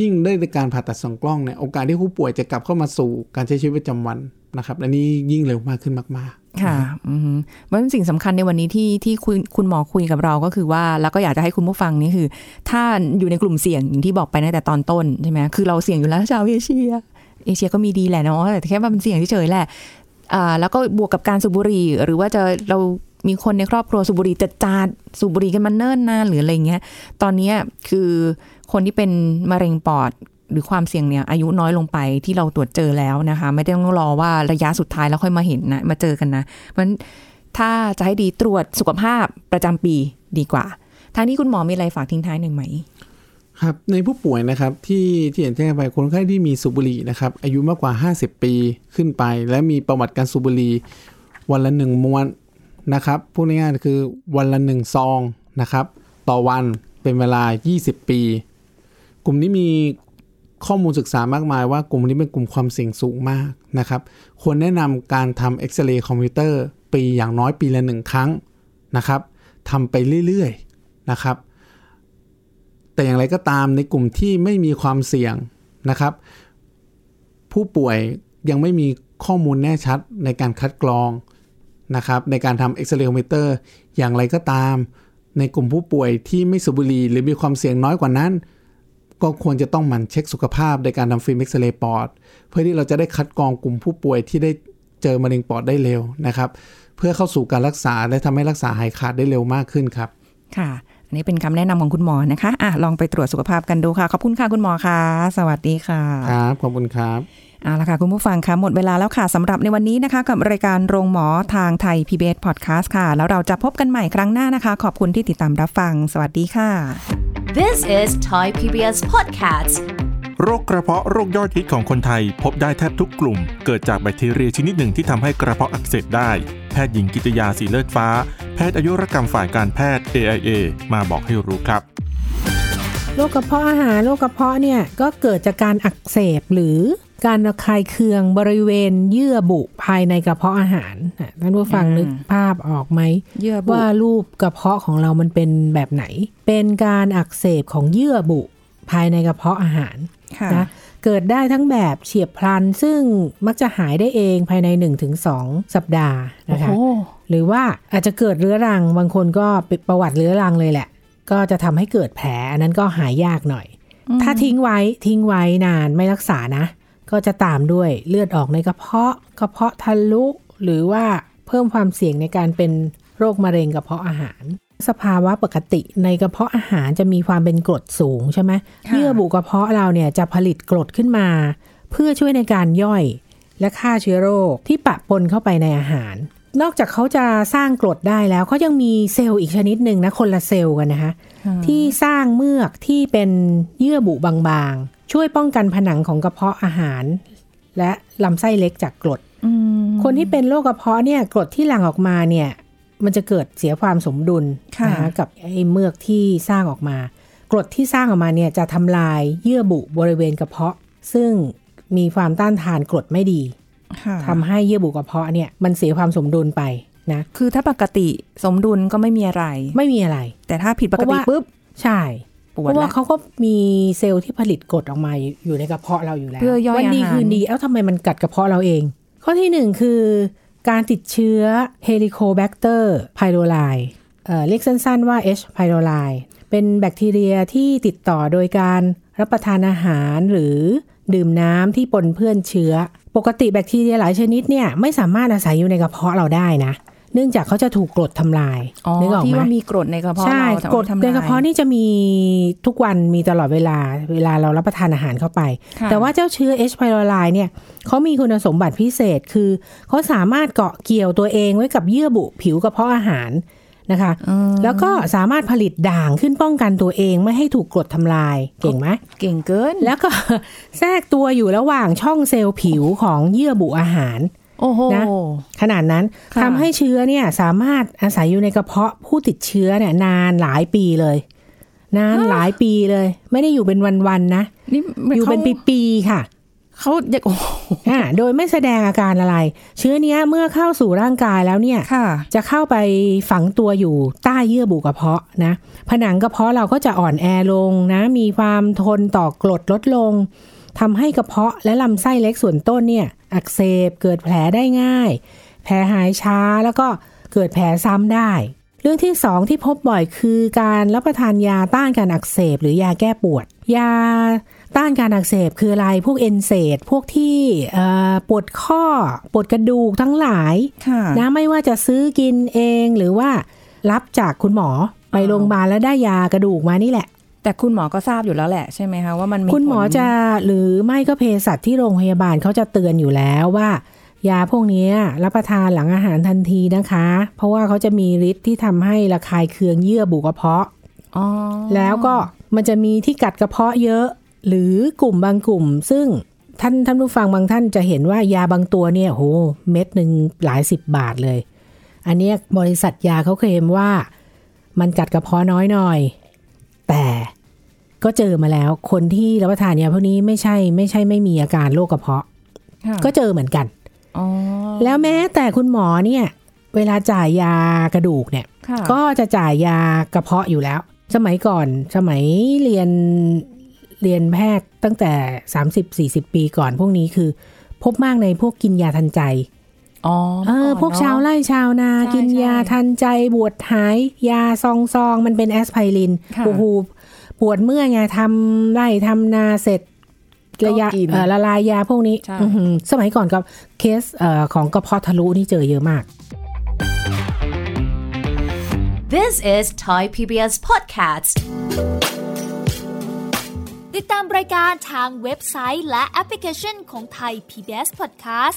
[SPEAKER 2] ยิ่งได้การผ่าตัดสองกล้องเนี่ยโอกาสที่ผู้ป่วยจะกลับเข้ามาสู่การใช้ชีวิตประจำวันนะครับและนี่ยิ่งเร็วมากขึ้นมาก
[SPEAKER 3] ค่ะอืมเพราะฉะนั้นสิ่งสำคัญในวันนี้ที่ที่คุณคุณหมอคุยกับเราก็คือว่า แล้วก็อยากจะให้คุณผู้ฟังนี่คือ ถ้าอยู่ในกลุ่มเสี่ยงอย่างที่บอกไปตั้งแต่ตอนต้นใช่ไหมคือเราเสี่ยงอยู่แล้วชาวเอเชีย เอเชียก็มีดีแหละเนาะแต่แค่ว่ามันเสี่ยงเฉยๆแหละอ่าแล้วก็บวกกับการสูบบุหรี่ หรือว่าจะเรามีคนในครอบครัวสูบบุหรี่จัดจานสูบบุหรี่กันมาเนิ่นนานหรืออะไรอย่างเงี้ย ตอนเนี้ยคือคนที่เป็นมะเร็งปอดหรือความเสี่ยงเนี่ยอายุน้อยลงไปที่เราตรวจเจอแล้วนะคะ ไม่ได้ต้องรอว่าระยะสุดท้ายแล้วค่อยมาเห็นนะมาเจอกันนะมันถ้าจะให้ดีตรวจสุขภาพประจำปีดีกว่าทางนี้คุณหมอมีอะไรฝากทิ้งท้ายหนึ่งไหม
[SPEAKER 2] ๆ ครับ ในผู้ป่วยนะครับที่ที่เห็นแจ้งไปคนไข้ที่มีสูบบุหรี่นะครับอายุมากกว่า 50 ปีขึ้นไป และมีประวัติการสูบบุหรี่วันละหนึ่งมวนนะครับพูดง่ายๆคือวันละหนึ่งซองนะครับต่อวันเป็นเวลา 20 ปี กลุ่มนี้มีข้อมูลศึกษามากมายว่ากลุ่มนี้เป็นกลุ่มความเสี่ยงสูงมากนะครับ ควรแนะนำการทำเอ็กซเรย์คอมพิวเตอร์ ปีอย่างน้อยปีละหนึ่งครั้งนะครับทำไปเรื่อยๆนะครับ แต่อย่างไรก็ตามในกลุ่มที่ไม่มีความเสี่ยงนะครับ ผู้ป่วยยังไม่มีข้อมูลแน่ชัดในการคัดกรองนะครับ ในการทำเอ็กซเรย์คอมพิวเตอร์อย่างไรก็ตาม ในกลุ่มผู้ป่วยที่ไม่สูบบุหรี่หรือมีความเสี่ยงน้อยกว่านั้น ก็ควรจะต้องหมั่นเช็คสุขภาพในการทำฟิล์มเอ็กซเรย์ปอด เพื่อที่เราจะได้คัดกรองกลุ่มผู้ป่วยที่ได้เจอมะเร็งปอดได้เร็วนะครับ เพื่อเข้าสู่การรักษาและทำให้รักษาหายขาดได้เร็วมากขึ้นครับ
[SPEAKER 3] ค่ะ อันนี้เป็นคำแนะนำของคุณหมอนะคะอ่ะลองไปตรวจสุขภาพกันดูค่ะ ขอบคุณค่ะคุณหมอค่ะ สวัสดีค่ะ
[SPEAKER 2] ครับ ขอบคุณครับ
[SPEAKER 3] เอาละค่ะ คุณผู้ฟังคะหมดเวลาแล้วค่ะสำหรับในวันนี้นะคะ กับรายการโรงหมอทางไทย PBS Podcast ค่ะ แล้วเราจะพบกันใหม่ครั้งหน้านะคะ ขอบคุณที่ติดตามรับฟัง สวัสดีค่ะ
[SPEAKER 1] This is Thai PBS Podcast.
[SPEAKER 4] โรคกระเพาะโรคยอดฮิตของคนไทย พบได้แทบทุกกลุ่ม เกิดจากแบคทีเรียชนิดหนึ่งที่ทำให้กระเพาะอักเสบได้ แพทย์หญิงกิตยาสีเลือดฟ้า แพทย์อายุรกรรมฝ่ายการแพทย์ AIA มาบอกให้รู้ครับ
[SPEAKER 5] โรคกระเพาะอาหารโรคกระเพาะเนี่ยก็เกิดจากการอักเสบหรือการระคายเคืองบริเวณเยื่อบุภายในกระเพาะอาหารอ่ะท่านผู้ฟังนึกภาพออกไหม
[SPEAKER 3] เยื่อบุ
[SPEAKER 5] ว่ารูปกระเพาะของเรามันเป็นแบบไหน เป็นการอักเสบของเยื่อบุภายในกระเพาะอาหาร
[SPEAKER 3] ค่ะ
[SPEAKER 5] นะ เกิดได้ทั้งแบบเฉียบพลัน ซึ่งมักจะหายได้เองภายใน 1-2 สัปดาห์
[SPEAKER 3] โอ้
[SPEAKER 5] นะคะ
[SPEAKER 3] โห
[SPEAKER 5] หรือว่าอาจจะเกิดเรื้อรังบางคนก็เป็นประวัติเรื้อรังเลยแหละ ก็จะทำให้เกิดแผลอันนั้นก็หายยากหน่อย ถ้าทิ้งไว้ทิ้งไว้นานไม่รักษานะ ก็จะตามด้วยเลือดออกในกระเพาะกระเพาะทะลุ หรือว่าเพิ่มความเสี่ยงในการเป็นโรคมะเร็งกระเพาะอาหาร สภาวะปกติในกระเพาะอาหารจะมีความเป็นกรดสูงใช่ไหม
[SPEAKER 3] ะ
[SPEAKER 5] เยื่อบุกระเพาะเราเนี่ยจะผลิตกรดขึ้นมา เพื่อช่วยในการย่อย และฆ่าเชื้อโรคที่ปะปนเข้าไปในอาหาร นอกจากเขาจะสร้างกรดได้แล้วเขายังมีเซลล์อีกชนิดหนึ่งนะคนละเซลล์กันนะคะ ที่สร้างเมือกที่เป็นเยื่อบุบางๆ ช่วยป้องกันผนังของกระเพาะอาหาร และลำไส้เล็กจากกรด
[SPEAKER 3] อืม
[SPEAKER 5] คนที่เป็นโรคกระเพาะเนี่ยกรดที่หลั่งออกมาเนี่ยมันจะเกิดเสียความสมดุล
[SPEAKER 3] ค่ะ
[SPEAKER 5] นะคะกับไอ้เมือกที่สร้างออกมา กรดที่สร้างออกมาเนี่ยจะทำลายเยื่อบุบริเวณกระเพาะ ซึ่งมีความต้านทานกรดไม่ดี
[SPEAKER 3] ค่ะ
[SPEAKER 5] ทำให้เยื่อบุกระเพาะเนี่ยมันเสียความสมดุลไปนะ
[SPEAKER 3] คือถ้าปกติสมดุลก็ไม่มีอะไร
[SPEAKER 5] ไม่มีอะไร
[SPEAKER 3] แต่ถ้าผิดปก
[SPEAKER 5] เพราะ
[SPEAKER 3] ติ
[SPEAKER 5] ว่า
[SPEAKER 3] ปุ๊บ
[SPEAKER 5] ใช่
[SPEAKER 3] ปว
[SPEAKER 5] เพ
[SPEAKER 3] ด
[SPEAKER 5] ราะว่า
[SPEAKER 3] แล้ว
[SPEAKER 5] เขาก็มีเซลล์ที่ผลิตกรดออกมาอยู่ในกระเพาะเราอยู่แล้ว
[SPEAKER 3] เพื่อย่อย
[SPEAKER 5] วันดี
[SPEAKER 3] อาหาร
[SPEAKER 5] คืนดีเอ้าทำไมมันกัดกระเพาะเราเอง ข้อที่หนึ่งคือการติดเชื้อ Helicobacter pylori เอ่อเรียกสั้นๆว่า H. pylori เป็นแบคทีเรียที่ติดต่อโดยการรับประทานอาหารหรือดื่มน้ำที่ปนเปื้อนเชื้อ ปกติแบคทีเรียหลายชนิดเนี่ยไม่สามารถอาศัยอยู่ในกระเพาะเราได้นะ เนื่องจากเขาจะถูกกรดทำลาย
[SPEAKER 3] อ๋อ
[SPEAKER 5] นึกออก
[SPEAKER 3] ที่
[SPEAKER 5] ไหม
[SPEAKER 3] ว่ามีกรดในกระเพาะ
[SPEAKER 5] ใช่
[SPEAKER 3] เราแต่ว่าก
[SPEAKER 5] รด
[SPEAKER 3] ทำลาย
[SPEAKER 5] ในกระเพาะนี่จะมีทุกวันมีตลอดเวลา เวลาเรารับประทานอาหารเข้าไป
[SPEAKER 3] ค่ะ
[SPEAKER 5] แต่ว่าเจ้าเชื้อ H. pylori เนี่ยเขามีคุณสมบัติพิเศษคือเขาสามารถเกาะเกี่ยวตัวเองไว้กับเยื่อบุผิวกระเพาะอาหารนะคะ
[SPEAKER 3] อืม
[SPEAKER 5] แล้วก็สามารถผลิตด่างขึ้นป้องกันตัวเองไม่ให้ถูกกรดทำลาย เก่งไหม
[SPEAKER 3] เก่งเกิน
[SPEAKER 5] แล้วก็ แทรกตัวอยู่ระหว่างช่องเซลล์ผิวของเยื่อบุอาหาร
[SPEAKER 3] โอ้โห
[SPEAKER 5] นะ ขนาดนั้น
[SPEAKER 3] ค่ะ
[SPEAKER 5] ทำให้เชื้อเนี่ยสามารถอาศัยอยู่ในกระเพาะผู้ติดเชื้อเนี่ยนานหลายปีเลย นานหลายปีเลย ไม่ได้อยู่เป็นวันๆนะ
[SPEAKER 3] นี่มั
[SPEAKER 5] อยู่เป็น
[SPEAKER 3] ขา
[SPEAKER 5] ปีๆค่ะ
[SPEAKER 3] เขาอยากโอ้ โห
[SPEAKER 5] อ่าโดยไม่แสดงอาการอะไร เชื้อเนี้ยเมื่อเข้าสู่ร่างกายแล้วเนี่ย
[SPEAKER 3] ค่ะ
[SPEAKER 5] จะเข้าไปฝังตัวอยู่ใต้เยื่อบุกระเพาะนะ ผนังกระเพาะเราก็จะอ่อนแอลงนะ มีความทนต่อกรดลดลงทำให้กระเพาะและลำไส้เล็กส่วนต้นเนี่ยอักเสบเกิดแผลได้ง่าย แผลหายช้าแล้วก็เกิดแผลซ้ำได้ เรื่องที่สองที่พบบ่อยคือการรับประทานยาต้านการอักเสบ หรือยาแก้ปวด ยาต้านการอักเสบคืออะไรพวกเอนเซดพวกที่เอ่อปวดข้อปวดกระดูกทั้งหลาย
[SPEAKER 3] ค่ะ
[SPEAKER 5] นะไม่ว่าจะซื้อกินเองหรือว่ารับจากคุณหมอไป
[SPEAKER 3] อ่า
[SPEAKER 5] โรงพยาบาลแล้วได้ยากระดูกมานี่แหละ
[SPEAKER 3] แต่คุณหมอก็ทราบอยู่แล้วแหละใช่ไหมคะว่ามันมี
[SPEAKER 5] คุณหมอ
[SPEAKER 3] ผล
[SPEAKER 5] จะหรือไม่ก็เภสัชที่โรงพยาบาลเขาจะเตือนอยู่แล้วว่า ยาพวกเนี้ยรับประทานหลังอาหารทันทีนะคะ เพราะว่าเขาจะมีฤทธิ์ที่ทำให้ระคายเคืองเยื่อบุกระเพาะ
[SPEAKER 3] อ๋อ
[SPEAKER 5] แล้วก็มันจะมีที่กัดกระเพาะเยอะ หรือกลุ่มบางกลุ่ม ซึ่งท่านท่านผู้ฟังบางท่านจะเห็นว่ายาบางตัวเนี่ยโหเม็ดหนึ่งหลายสิบบาทเลย อันเนี้ยบริษัทยาเขาเคลมว่า มันกัดกระเพาะน้อยหน่อย แต่ก็เจอมาแล้ว คนที่รับประทานยาพวกนี้ไม่ใช่ไม่ใช่ไม่มีอาการโรคกระเพาะ
[SPEAKER 3] ค่ะ
[SPEAKER 5] ก็เจอเหมือนกัน
[SPEAKER 3] อ๋อ
[SPEAKER 5] แล้วแม้แต่คุณหมอเนี่ยเวลาจ่ายยากระดูกเนี่ย
[SPEAKER 3] ค่ะ
[SPEAKER 5] ก็จะจ่ายยากระเพาะอยู่แล้ว สมัยก่อนสมัยเรียนเรียนแพทย์ตั้งแต่ 30-40 ปีก่อนพวกนี้คือ พบมากในพวกกินยาทันใจ
[SPEAKER 3] อ๋อ
[SPEAKER 5] เอ
[SPEAKER 3] มื่
[SPEAKER 5] อ
[SPEAKER 3] อน
[SPEAKER 5] พวกชาว
[SPEAKER 3] เนอะ
[SPEAKER 5] ไร่ชาวนา
[SPEAKER 3] ใช่
[SPEAKER 5] กินยา
[SPEAKER 3] ใช่
[SPEAKER 5] ทันใจบวดหาย ยาซองซองๆมันเป็นแอสไพริน
[SPEAKER 3] ค่ะ
[SPEAKER 5] โอ้โหปวดเมื่อยไงทำไร่ทำนาเสร็จระยะ
[SPEAKER 3] ก็กิน
[SPEAKER 5] เอ่อละลายยาพวกนี้
[SPEAKER 3] ใช่
[SPEAKER 5] อื้อหือสมัยก่อนกับเคสเอ่อของกระเพาะทะลุนี่เจอเยอะมาก
[SPEAKER 1] This is Thai PBS Podcast
[SPEAKER 6] ติดตามรายการทางเว็บไซต์และแอปพลิเคชันของไทย PBS Podcast